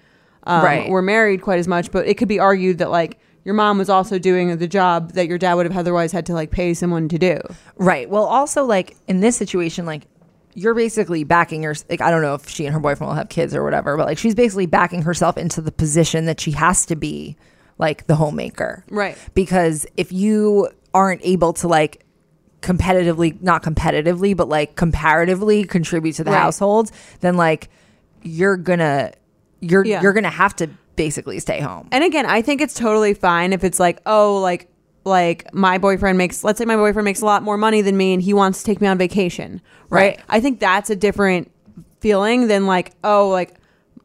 S1: um,
S2: Right.
S1: were married quite as much. But it could be argued that like your mom was also doing the job that your dad would have otherwise had to like pay someone to do.
S2: Right. Well, also like in this situation, like you're basically backing your like I don't know if she and her boyfriend will have kids or whatever, but like she's basically backing herself into the position that she has to be like the homemaker.
S1: Right.
S2: Because if you aren't able to like competitively not competitively, but like comparatively contribute to the
S1: Right.
S2: household, then like you're gonna you're
S1: Yeah.
S2: you're gonna have to basically stay home.
S1: And again, I think it's totally fine if it's like, oh, like like my boyfriend makes let's say my boyfriend makes a lot more money than me and he wants to take me on vacation. Right.
S2: Right.
S1: I think that's a different feeling than like, oh, like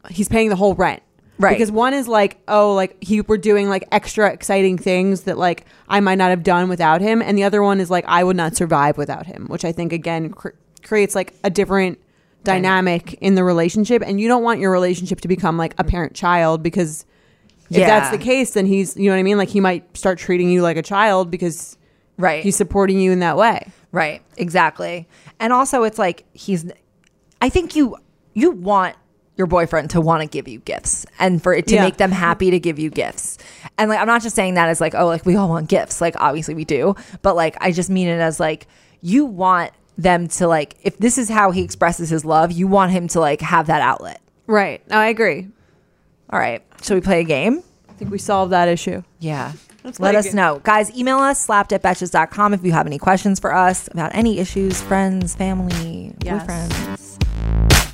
S1: he's paying the whole rent.
S2: Right.
S1: Because one is like, oh, like he we're doing like extra exciting things that like I might not have done without him. And the other one is like I would not survive without him, which I think again cr- creates like a different dynamic in the relationship and you don't want your relationship to become like a parent child because if that's
S2: Yeah.
S1: the case, then he's, you know what I mean? Like he might start treating you like a child because
S2: Right.
S1: he's supporting you in that way.
S2: Right. Exactly. And also it's like he's I think you you want your boyfriend to want to give you gifts and for it to
S1: Yeah.
S2: make them happy to give you gifts. And like I'm not just saying that as like oh like we all want gifts. Like obviously we do, but like I just mean it as like you want them to like if this is how he expresses his love, you want him to like have that outlet.
S1: Right. No, I agree.
S2: All right. Shall we play a game?
S1: I think we solved that issue.
S2: Yeah.
S1: play
S2: Let
S1: a
S2: us
S1: game.
S2: know. Guys, email us, slapped at betches.com if you have any questions for us about any issues, friends, family,
S1: Yes.
S2: boyfriends.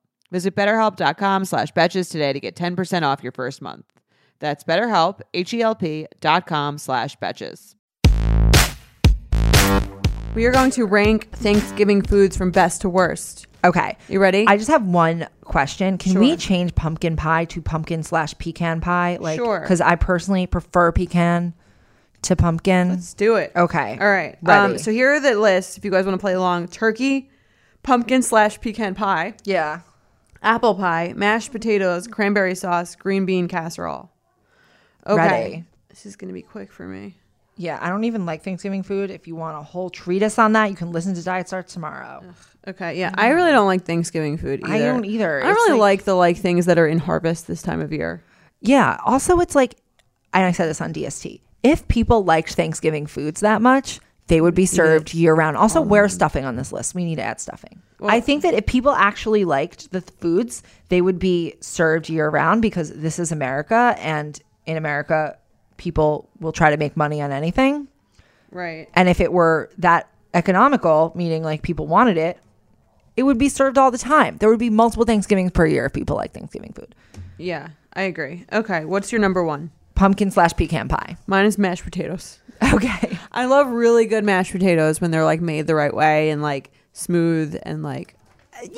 S4: Visit betterhelp.com slash betches today to get 10% off your first month. That's betterhelp, H-E-L-P dot com slash betches.
S1: We are going to rank Thanksgiving foods from best to worst.
S2: Okay.
S1: You ready?
S2: I just have one question. Can we
S1: Sure.
S2: change pumpkin pie to pumpkin slash pecan pie? Like,
S1: Sure.
S2: Because I personally prefer pecan to pumpkin.
S1: Let's do it.
S2: Okay.
S1: All right.
S2: Ready.
S1: Um, so here are the lists if you guys want to play along turkey, pumpkin slash pecan pie,
S2: yeah.
S1: apple pie, mashed potatoes, cranberry sauce, green bean casserole. Okay.
S2: Ready.
S1: This is going to be quick for me.
S2: Yeah. I don't even like Thanksgiving food. If you want a whole treatise on that, you can listen to Diet Starts tomorrow.
S1: Okay, yeah, I really don't like Thanksgiving food either.
S2: I don't either.
S1: I don't
S2: It's
S1: really
S2: like-
S1: like, the like things that are in harvest this time of year.
S2: Yeah. Also, it's like, and I said this on DST. If people liked Thanksgiving foods that much, they would be served year round. Also, where is stuffing on this list? We need to add stuffing. I think that if people actually liked the th- foods, they would be served year round because this is America, and in America, people will try to make money on anything.
S1: Right.
S2: And if it were that economical, meaning like people wanted it, it would be served all the time. There would be multiple Thanksgivings per year if people like Thanksgiving food.
S1: Yeah, I agree. Okay, what's your number one?
S2: Pumpkin slash pecan pie.
S1: Mine is mashed potatoes.
S2: Okay.
S1: I love really good mashed potatoes when they're like made the right way and like smooth and like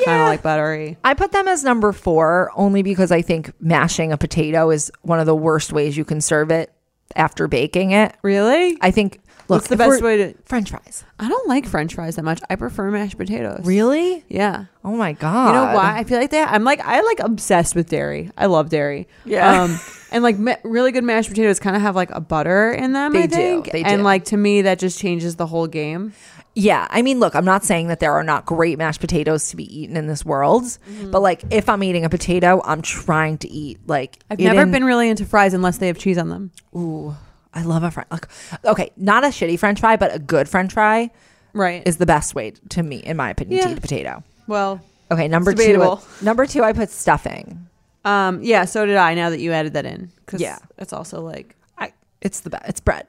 S1: kind of like buttery.
S2: I put them as number four only because I think mashing a potato is one of the worst ways you can serve it after baking it.
S1: Really? I,
S2: I think. Look,
S1: What's the
S2: if
S1: best
S2: we're-
S1: way to-
S2: French fries?
S1: I don't like French fries that much. I prefer mashed potatoes.
S2: Really?
S1: Yeah.
S2: Oh my god!
S1: You know why? I feel like that. I'm like I like obsessed with dairy. I love dairy.
S2: Yeah.
S1: Um, and like ma- really good mashed potatoes kind of have like a butter in them.
S2: They
S1: I
S2: do.
S1: think.
S2: They
S1: And
S2: do.
S1: like to me, that just changes the whole game.
S2: Yeah, I mean, look, I'm not saying that there are not great mashed potatoes to be eaten in this world,
S1: Mm-hmm.
S2: but like if I'm eating a potato, I'm trying to eat like
S1: I've
S2: it
S1: never
S2: in-
S1: been really into fries unless they have cheese on them.
S2: Ooh, I love a French. Like, okay, not a shitty French fry, but a good French fry
S1: Right.
S2: is the best way to me, in my opinion, to
S1: Yeah.
S2: eat a potato.
S1: well.
S2: Okay, number two.
S1: debatable.
S2: Number two, I put stuffing.
S1: Um. Yeah. So did I. Now that you added that in. 'Cause
S2: Yeah.
S1: It's also like.
S2: I, it's the best. It's bread,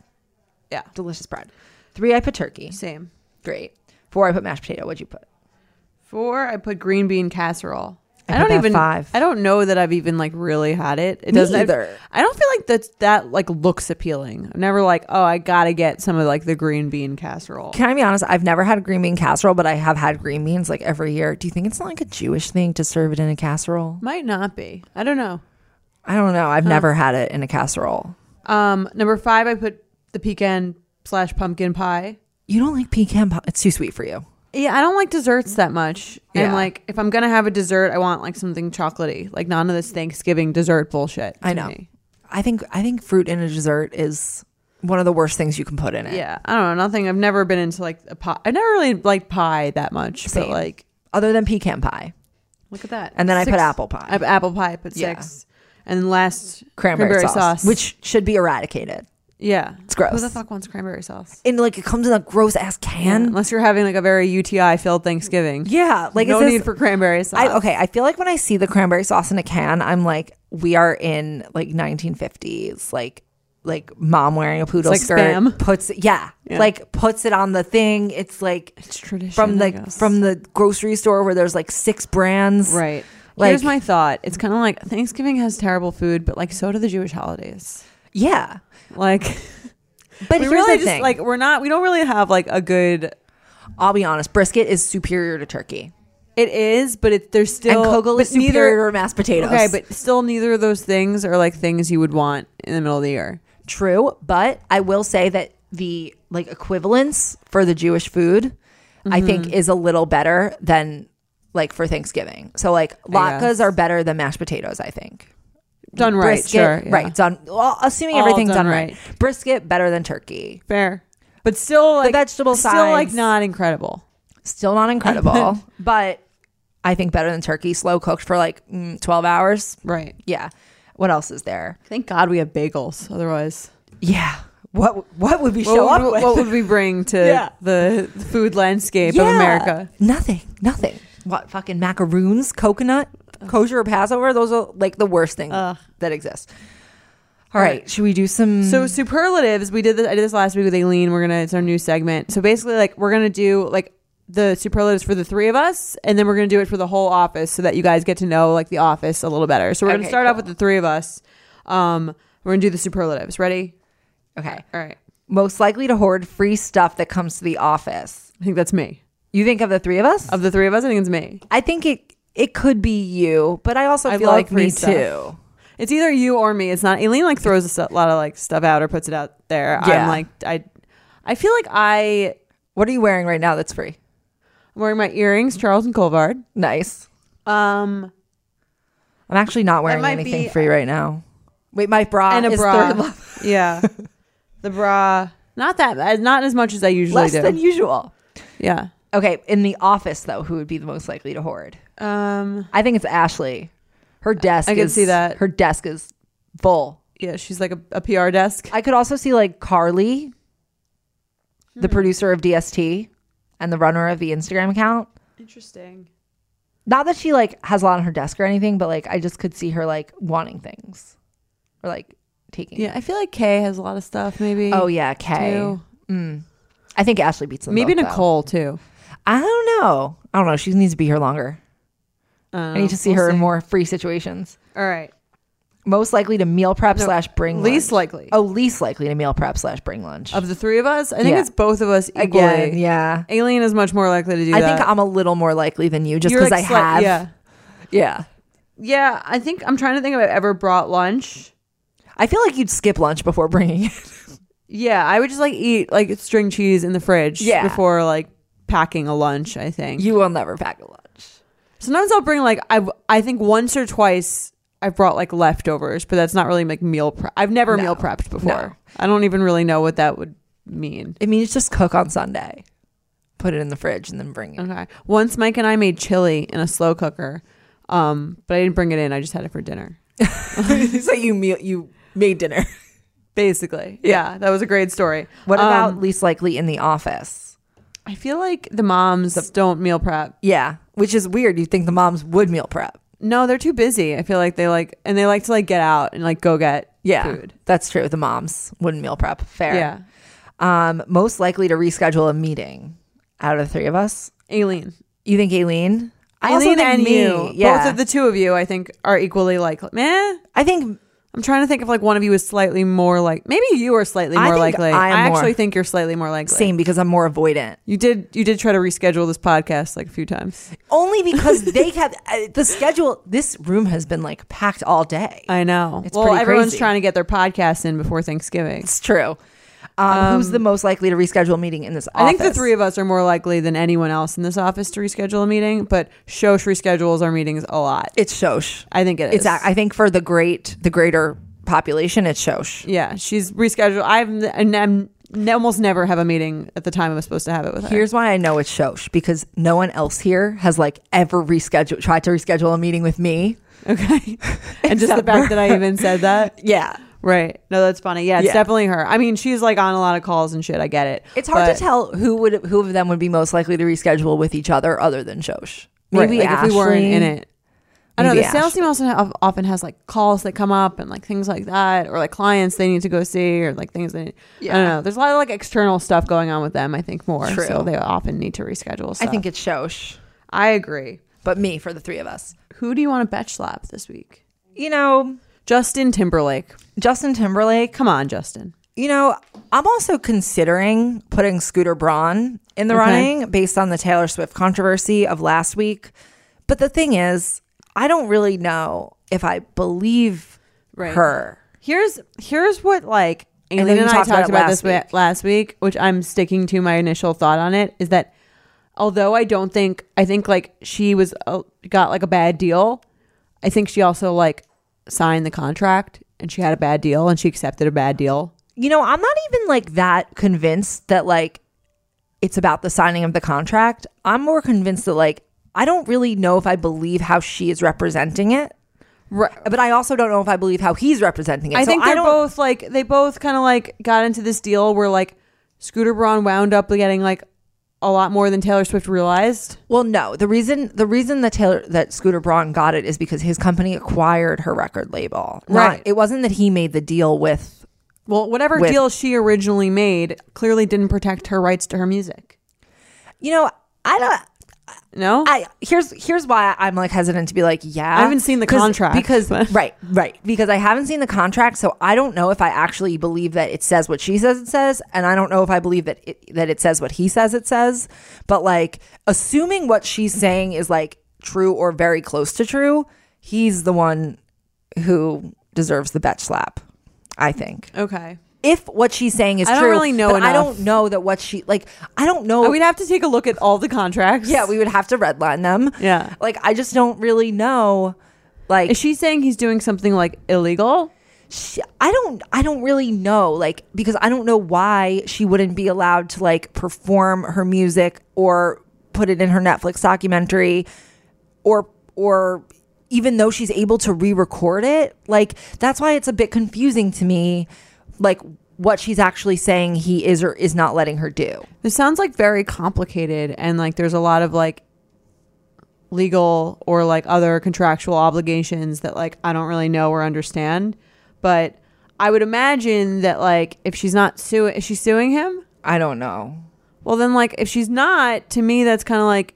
S1: Yeah.
S2: delicious bread. Three, I put turkey.
S1: Same.
S2: Great. Four, I put mashed potato. What'd you put?
S1: Four. I put green bean casserole.
S2: I
S1: I,
S2: put
S1: don't
S2: that
S1: even.
S2: five.
S1: I don't know that I've even like really had it. It
S2: Me
S1: doesn't I've-
S2: either.
S1: I don't feel like that. That like looks appealing. I'm never like, oh, I gotta get some of like the green bean casserole.
S2: Can I be honest? I've never had a green bean casserole, but I have had green beans like every year. Do you think it's not like a Jewish thing to serve it in a casserole?
S1: Might not be. I don't know.
S2: I don't know. I've never had it in a casserole.
S1: Um. Number five. I put the pecan slash pumpkin pie.
S2: You don't like pecan pie? It's too sweet for you.
S1: Yeah, I don't like desserts that much.
S2: Yeah.
S1: And like, if I'm gonna have a dessert, I want like something chocolatey. Like none of this Thanksgiving dessert bullshit.
S2: I
S1: to
S2: know.
S1: me.
S2: I think I think fruit in a dessert is one of the worst things you can put in it.
S1: Yeah, I don't know. Nothing. I've never been into like a pie. I never really liked pie that much.
S2: Same.
S1: But like,
S2: Other than pecan pie.
S1: look at that.
S2: And then I put
S1: Six-
S2: apple pie.
S1: I have apple pie. I put
S2: Yeah.
S1: six. And then last
S2: Cranberry, sauce,
S1: Which
S2: Which should be eradicated.
S1: yeah, it's
S2: gross.
S1: Who the fuck wants cranberry sauce?
S2: And like it comes in a gross ass can.
S1: Unless you're having like a very UTI filled Thanksgiving.
S2: Yeah. Like
S1: no
S2: is this-
S1: need for cranberry sauce.
S2: I, okay, I feel like when I see the cranberry sauce in a can, I'm like, we are in like 1950s, like like mom wearing a poodle
S1: like
S2: skirt
S1: Spam.
S2: puts yeah, like puts it on the thing. It's like
S1: It's tradition,
S2: from
S1: I
S2: the
S1: guess.
S2: from the grocery store where there's like six brands.
S1: Right.
S2: Like-
S1: Here's my thought. It's kind of like Thanksgiving has terrible food, but like so do the Jewish holidays.
S2: Yeah,
S1: Like
S2: but
S1: we
S2: here's
S1: really
S2: the
S1: just
S2: thing.
S1: like we're not. We don't really have like a good.
S2: I'll be honest, brisket is superior to turkey,
S1: It is, but it there's
S2: and
S1: still
S2: kugel is
S1: but neither-
S2: superior to mashed potatoes.
S1: Okay, but still, neither of those things are like things you would want in the middle of the year.
S2: True, but I will say that the like equivalence for the Jewish food, I
S1: Mm-hmm.
S2: think, is a little better than like for Thanksgiving. So like latkes
S1: guess.
S2: are better than mashed potatoes. I think
S1: Done right,
S2: brisket,
S1: sure, yeah.
S2: right? Done. Well, assuming
S1: All
S2: everything's
S1: done
S2: done, right. Brisket better than turkey.
S1: fair, but still like
S2: vegetable
S1: still
S2: sides.
S1: like not incredible.
S2: Still not incredible, but I think better than turkey. Slow cooked for like mm, twelve hours.
S1: Right.
S2: Yeah. What else is there?
S1: Thank God we have bagels. Otherwise,
S2: Yeah. What what would we
S1: what,
S2: show
S1: would,
S2: up with?
S1: what would we bring to
S2: Yeah.
S1: the food landscape of
S2: Yeah.
S1: America?
S2: Nothing, nothing. What fucking macaroons, coconut, kosher or Passover? Those are like the worst thing that exists. All right, should we do some?
S1: So superlatives, we did this. I did this last week with Aileen. We're gonna it's our new segment. So basically, like we're gonna do like the superlatives for the three of us, and then we're gonna do it for the whole office, so that you guys get to know like the office a little better. So we're
S2: Okay,
S1: gonna start off
S2: cool.
S1: with the three of us. Um, we're gonna do the superlatives. Ready?
S2: okay,
S1: All right.
S2: most likely to hoard free stuff that comes to the office.
S1: I think that's me.
S2: You think of the three of us?
S1: Of the three of us, I think it's me.
S2: I think it it could be you, but I also
S1: I
S2: feel
S1: love
S2: like
S1: free
S2: me
S1: stuff.
S2: too.
S1: It's either you or me. It's not Aileen. Like throws a s- lot of like stuff out or puts it out there.
S2: Yeah.
S1: I'm like I, I feel like I.
S2: What are you wearing right now? That's free.
S1: I'm wearing my earrings, Charles and Colvard.
S2: Nice.
S1: Um,
S2: I'm actually not wearing
S1: might
S2: anything
S1: be-
S2: free right now. Wait, my bra
S1: and a
S2: is third
S1: bra.
S2: level-
S1: yeah, the bra. Not that uh, not as much as I usually
S2: less
S1: do.
S2: than usual.
S1: yeah.
S2: Okay, in the office though, who would be the most likely to hoard?
S1: Um.
S2: I think it's Ashley. Her desk.
S1: I can
S2: is-
S1: see that.
S2: Her desk is full.
S1: Yeah. She's like a, a PR desk.
S2: I could also see like Carly,
S1: Hmm.
S2: the producer of DST and the runner of the Instagram account.
S1: Interesting.
S2: Not that she like has a lot on her desk or anything, but like I just could see her like wanting things or like taking.
S1: Yeah. I feel like Kay has a lot of stuff. Maybe.
S2: Oh yeah, Kay.
S1: too.
S2: I think Ashley beats them.
S1: Maybe
S2: both, though.
S1: Nicole too.
S2: I don't know. I don't know. She needs to be here longer.
S1: Um,
S2: I need to see her in more free situations.
S1: All right.
S2: most likely to meal prep slash bring
S1: least
S2: lunch.
S1: likely.
S2: Oh, least likely to meal prep slash bring lunch.
S1: Of the three of us, I think
S2: Yeah.
S1: it's both of us equally.
S2: Again, yeah.
S1: Alien is much more likely to do
S2: I
S1: that.
S2: think I'm a little more likely than you just
S1: You're,
S2: because I
S1: like, slight-
S2: have.
S1: Yeah.
S2: Yeah.
S1: Yeah, I think I'm trying to think if I've ever brought lunch.
S2: I feel like you'd skip lunch before bringing it.
S1: Yeah, I would just like eat like string cheese in the fridge
S2: Yeah.
S1: before like packing a lunch, I think.
S2: You will never pack a lunch.
S1: Sometimes I'll bring like I I think once or twice I've brought like leftovers, but that's not really like meal prep. I've never meal prepped before. I don't even really know what that would mean.
S2: I mean, it's just cook on Sunday, put it in the fridge, and then bring it.
S1: Okay. Once Mike and I made chili in a slow cooker. Um, but I didn't bring it in. I just had it for dinner.
S2: so you meal you made dinner.
S1: Basically. Yeah, that was a great story.
S2: What
S1: Um,
S2: about least likely in the office?
S1: I feel like the moms don't meal prep.
S2: Yeah, which is weird. You think the moms would meal prep?
S1: No, they're too busy. I feel like they like and they like to like get out and like go get
S2: Yeah,
S1: food.
S2: that's true. The moms wouldn't meal prep. Fair.
S1: Yeah.
S2: Um, most likely to reschedule a meeting out of the three of us.
S1: Alien.
S2: You think Aileen? I also
S1: Eileen
S2: think
S1: and
S2: me.
S1: you,
S2: Yeah.
S1: both of the two of you, I think are equally likely. Meh.
S2: I think
S1: I'm trying to think if like one of you is slightly more like maybe you are slightly
S2: I
S1: more
S2: think
S1: likely.
S2: I am
S1: I actually
S2: more.
S1: think you're slightly more likely.
S2: same because I'm more avoidant.
S1: You did you did try to reschedule this podcast like a few times.
S2: Only because they kept uh, the schedule. This room has been like packed all day.
S1: I know.
S2: It's
S1: well,
S2: pretty
S1: everyone's
S2: crazy.
S1: trying to get their podcast in before Thanksgiving.
S2: It's true. Um, who's the most likely to reschedule a meeting in this office?
S1: I think the three of us are more likely than anyone else in this office to reschedule a meeting, but Shosh reschedules our meetings a lot.
S2: It's Shosh.
S1: I think it is.
S2: It's. a- I think for the great, the greater population, it's Shosh.
S1: yeah, she's rescheduled. I've and I'm, n- almost never have a meeting at the time I was supposed to have it with her.
S2: Here's why I know it's Shosh because no one else here has like ever rescheduled, tried to reschedule a meeting with me.
S1: Okay. and just the
S2: Except
S1: fact
S2: for-
S1: that I even said that.
S2: Yeah,
S1: Right. No, that's funny. Yeah, it's
S2: Yeah.
S1: definitely her. I mean, she's like on a lot of calls and shit. I get it.
S2: it's hard
S1: But-
S2: to tell who would who of them would be most likely to reschedule with each other other than Shosh. Maybe
S1: right, like if we weren't
S2: Ashley.
S1: in it. I don't know.
S2: Maybe
S1: The sales
S2: Ashley.
S1: team also have, often has like calls that come up and like things like that, or like clients they need to go see, or like things they. I don't know. There's a lot of like external stuff going on with them. I think more,
S2: True.
S1: so they often need to reschedule.
S2: I
S1: stuff.
S2: think it's Shosh,
S1: I agree.
S2: but me for the three of us.
S1: Who do you want to bet slap this week?
S2: You know,
S1: Justin Timberlake.
S2: Justin Timberlake.
S1: Come on, Justin.
S2: You know, I'm also considering putting Scooter Braun in the
S1: Okay.
S2: running based on the Taylor Swift controversy of last week. But the thing is, I don't really know if I believe
S1: Right.
S2: her.
S1: Here's here's what like
S2: know
S1: Aileen
S2: you
S1: and I
S2: talked
S1: talked
S2: about
S1: about,
S2: it
S1: this
S2: last
S1: week.
S2: week.
S1: last week, which I'm sticking to my initial thought on it is that although I don't think I think like she was uh, got like a bad deal, I think she also like signed the contract and she had a bad deal and she accepted a bad deal.
S2: You know, I'm not even like that convinced that like it's about the signing of the contract. I'm more convinced that like I don't really know if I believe how she is representing it.
S1: Right.
S2: But I also don't know if I believe how he's representing it.
S1: I
S2: So
S1: think they're
S2: don't-
S1: both like they both kind of like got into this deal where like Scooter Braun wound up getting like a lot more than Taylor Swift realized.
S2: Well, no. The reason the reason that Taylor that Scooter Braun got it is because his company acquired her record label. Not-
S1: Right.
S2: it wasn't that he made the deal with.
S1: Well, whatever
S2: With-
S1: deal she originally made clearly didn't protect her rights to her music.
S2: You know, I don't.
S1: No,
S2: I here's here's why I'm like hesitant to be like, yeah.
S1: I haven't seen the
S2: 'Cause-
S1: contract,
S2: because
S1: but-
S2: right, right. Because I haven't seen the contract, so I don't know if I actually believe that it says what she says it says, and I don't know if I believe that it, that it says what he says it says. But like, assuming what she's saying is like true or very close to true, he's the one who deserves the bet slap. I think
S1: okay.
S2: if what she's saying is
S1: I don't
S2: true,
S1: really know
S2: but I
S1: enough.
S2: don't know that what she like. I don't know.
S1: Oh, we'd have to take a look at all the contracts.
S2: Yeah, we would have to redline them.
S1: Yeah.
S2: Like I just don't really know. Like
S1: Is she saying he's doing something like illegal?
S2: she- I don't I don't really know like because I don't know why she wouldn't be allowed to like perform her music or put it in her Netflix documentary or or even though she's able to re-record it. Like that's why it's a bit confusing to me like what she's actually saying he is or is not letting her do.
S1: This sounds like very complicated, and like there's a lot of like legal or like other contractual obligations that like I don't really know or understand. But I would imagine that like if she's not suing, is she suing him?
S2: I don't know.
S1: Well, then like if she's not, to me that's kind of like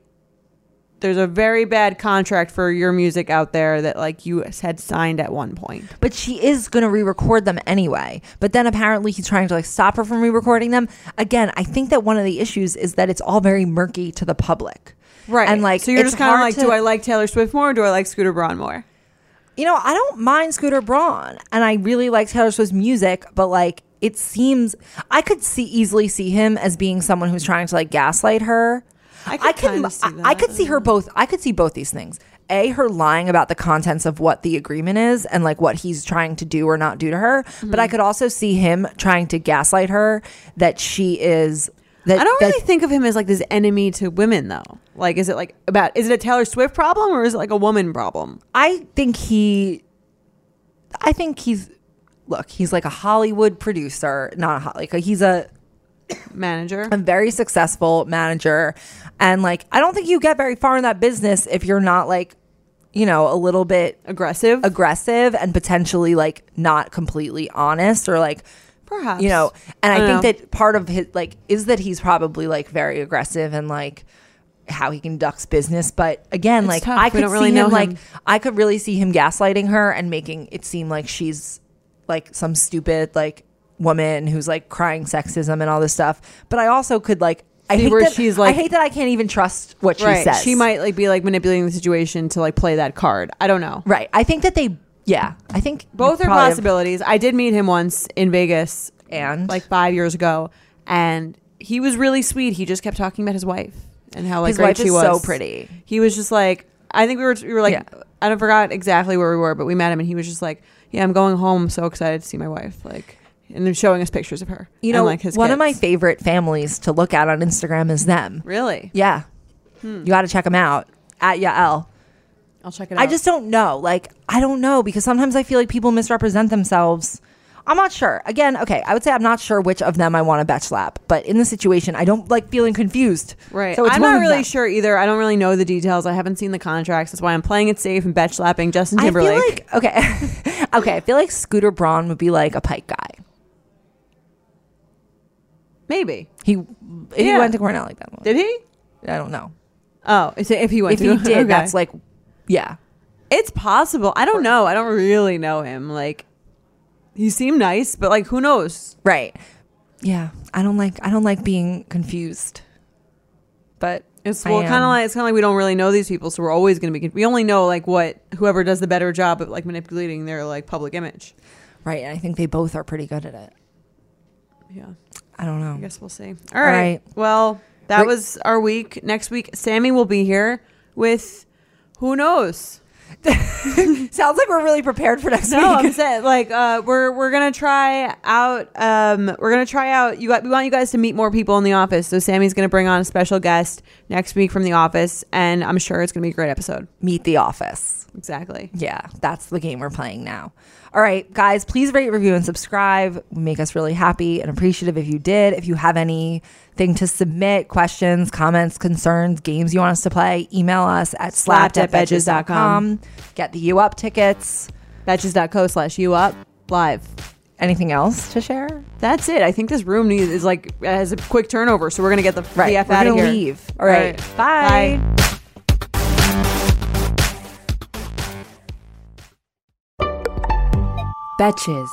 S1: there's a very bad contract for your music out there that like you had signed at one point.
S2: but she is going to re-record them anyway but then apparently he's trying to like stop her from re-recording them again i think that one of the issues is that it's all very murky to the public
S1: Right.
S2: and like
S1: so you're
S2: it's
S1: just kind of
S2: hard
S1: like,
S2: to-
S1: do I like Taylor Swift more or do I like Scooter Braun more?
S2: you know i don't mind scooter braun and i really like taylor swift's music but like it seems i could see easily see him as being someone who's trying to like gaslight her
S1: I could
S2: I can
S1: kinda see
S2: I, I could
S1: that.
S2: see her both I could see both these things. A her lying about the contents of what the agreement is and like what he's trying to do or not do to her, but I
S1: Mm-hmm.
S2: could also see him trying to gaslight her that she is that
S1: I don't
S2: that-
S1: really think of him as like this enemy to women though. Like, is it like about is it a Taylor Swift problem or is it like a woman problem?
S2: I think he I think he's look, he's like a Hollywood producer, not a, Ho- like he's a
S1: Manager.
S2: a very successful manager and like I don't think you get very far in that business if you're not like you know, a little bit
S1: aggressive.
S2: aggressive and potentially like not completely honest or like
S1: Perhaps.
S2: you know and i,
S1: I
S2: think
S1: know.
S2: that part of his like is that he's probably like very aggressive and like how he conducts business but again like
S1: tough.
S2: i
S1: We
S2: could
S1: don't
S2: see
S1: really
S2: him,
S1: know
S2: like
S1: him.
S2: i could really see him gaslighting her and making it seem like she's like some stupid like woman who's like crying sexism and all this stuff but i also could like I
S1: See
S2: hate,
S1: where
S2: that,
S1: she's,
S2: I
S1: like-
S2: hate that I can't even trust what she
S1: right.
S2: says.
S1: She might like be like manipulating the situation to like play that card. I don't know.
S2: Right. I think that they. Yeah. I think
S1: Both are
S2: probably have-
S1: possibilities. I did meet him once in Vegas
S2: And?
S1: like five years ago, and he was really sweet. He just kept talking about his wife and how like
S2: His
S1: great
S2: wife
S1: she
S2: is
S1: was.
S2: so pretty.
S1: He was just like, I think we were we were like,
S2: Yeah.
S1: I don't forgot exactly where we were, but we met him, and he was just like, Yeah, I'm going home. I'm so excited to see my wife. Like, and then showing us pictures of her.
S2: you
S1: and,
S2: know,
S1: like his
S2: one of my
S1: kids.
S2: favorite families to look at on Instagram is them.
S1: really.
S2: Yeah. You got to check them out at Yael.
S1: I'll check Hmm. it out.
S2: I just don't know. Like, I don't know because sometimes I feel like people misrepresent themselves. I'm not sure. Again, okay, I would say I'm not sure which of them I want to bet slap, but in this situation, I don't like feeling confused.
S1: Right.
S2: So it's
S1: I'm
S2: one
S1: not
S2: of
S1: really
S2: them.
S1: sure either. I don't really know the details. I haven't seen the contracts. That's why I'm playing it safe and bet slapping Justin
S2: I feel
S1: Timberlake.
S2: like okay, okay. I feel like Scooter Braun would be like a Pike guy.
S1: Maybe.
S2: He if he
S1: Yeah.
S2: went to Cornell like that.
S1: Did he?
S2: I don't know.
S1: Oh, so if he went
S2: if
S1: to
S2: he did,
S1: okay.
S2: that's like, yeah.
S1: it's possible. I don't know. I don't really know him. Like he seemed nice, but like who knows?
S2: Right. Yeah. I don't like I don't like being confused. But
S1: It's
S2: I
S1: well, kind
S2: am.
S1: of like it's kind of like we don't really know these people, so we're always going to be. con- We only know like what whoever does the better job of like manipulating their like public image.
S2: right, and I think they both are pretty good at it.
S1: Yeah,
S2: I don't
S1: I
S2: know.
S1: guess we'll see. All
S2: All
S1: right.
S2: right.
S1: Well, that
S2: We're-
S1: was our week. Next week, Sammy will be here with who knows.
S2: Sounds like we're really prepared for next
S1: No, I'm
S2: week.
S1: saying like uh, we're we're gonna try out. Um, we're gonna try out. You got, we want you guys to meet more people in the office. So Sammy's gonna bring on a special guest next week from the office, and I'm sure it's gonna be a great episode.
S2: Meet the office.
S1: Exactly.
S2: Yeah, that's the game we're playing now. All right, guys, please rate, review, and subscribe. Make us really happy and appreciative if you did. If you have anything to submit, questions, comments, concerns, games you want us to play, email us at slappedupedges.com. Get the U Up tickets.
S1: Batches.co slash you up live.
S2: Anything else to share?
S1: That's it. I think this room needs is like has a quick turnover, so we're gonna get the
S2: Right.
S1: the F
S2: We're
S1: out of
S2: gonna
S1: here.
S2: leave. All right. Bye.
S1: Bye.
S2: Betches.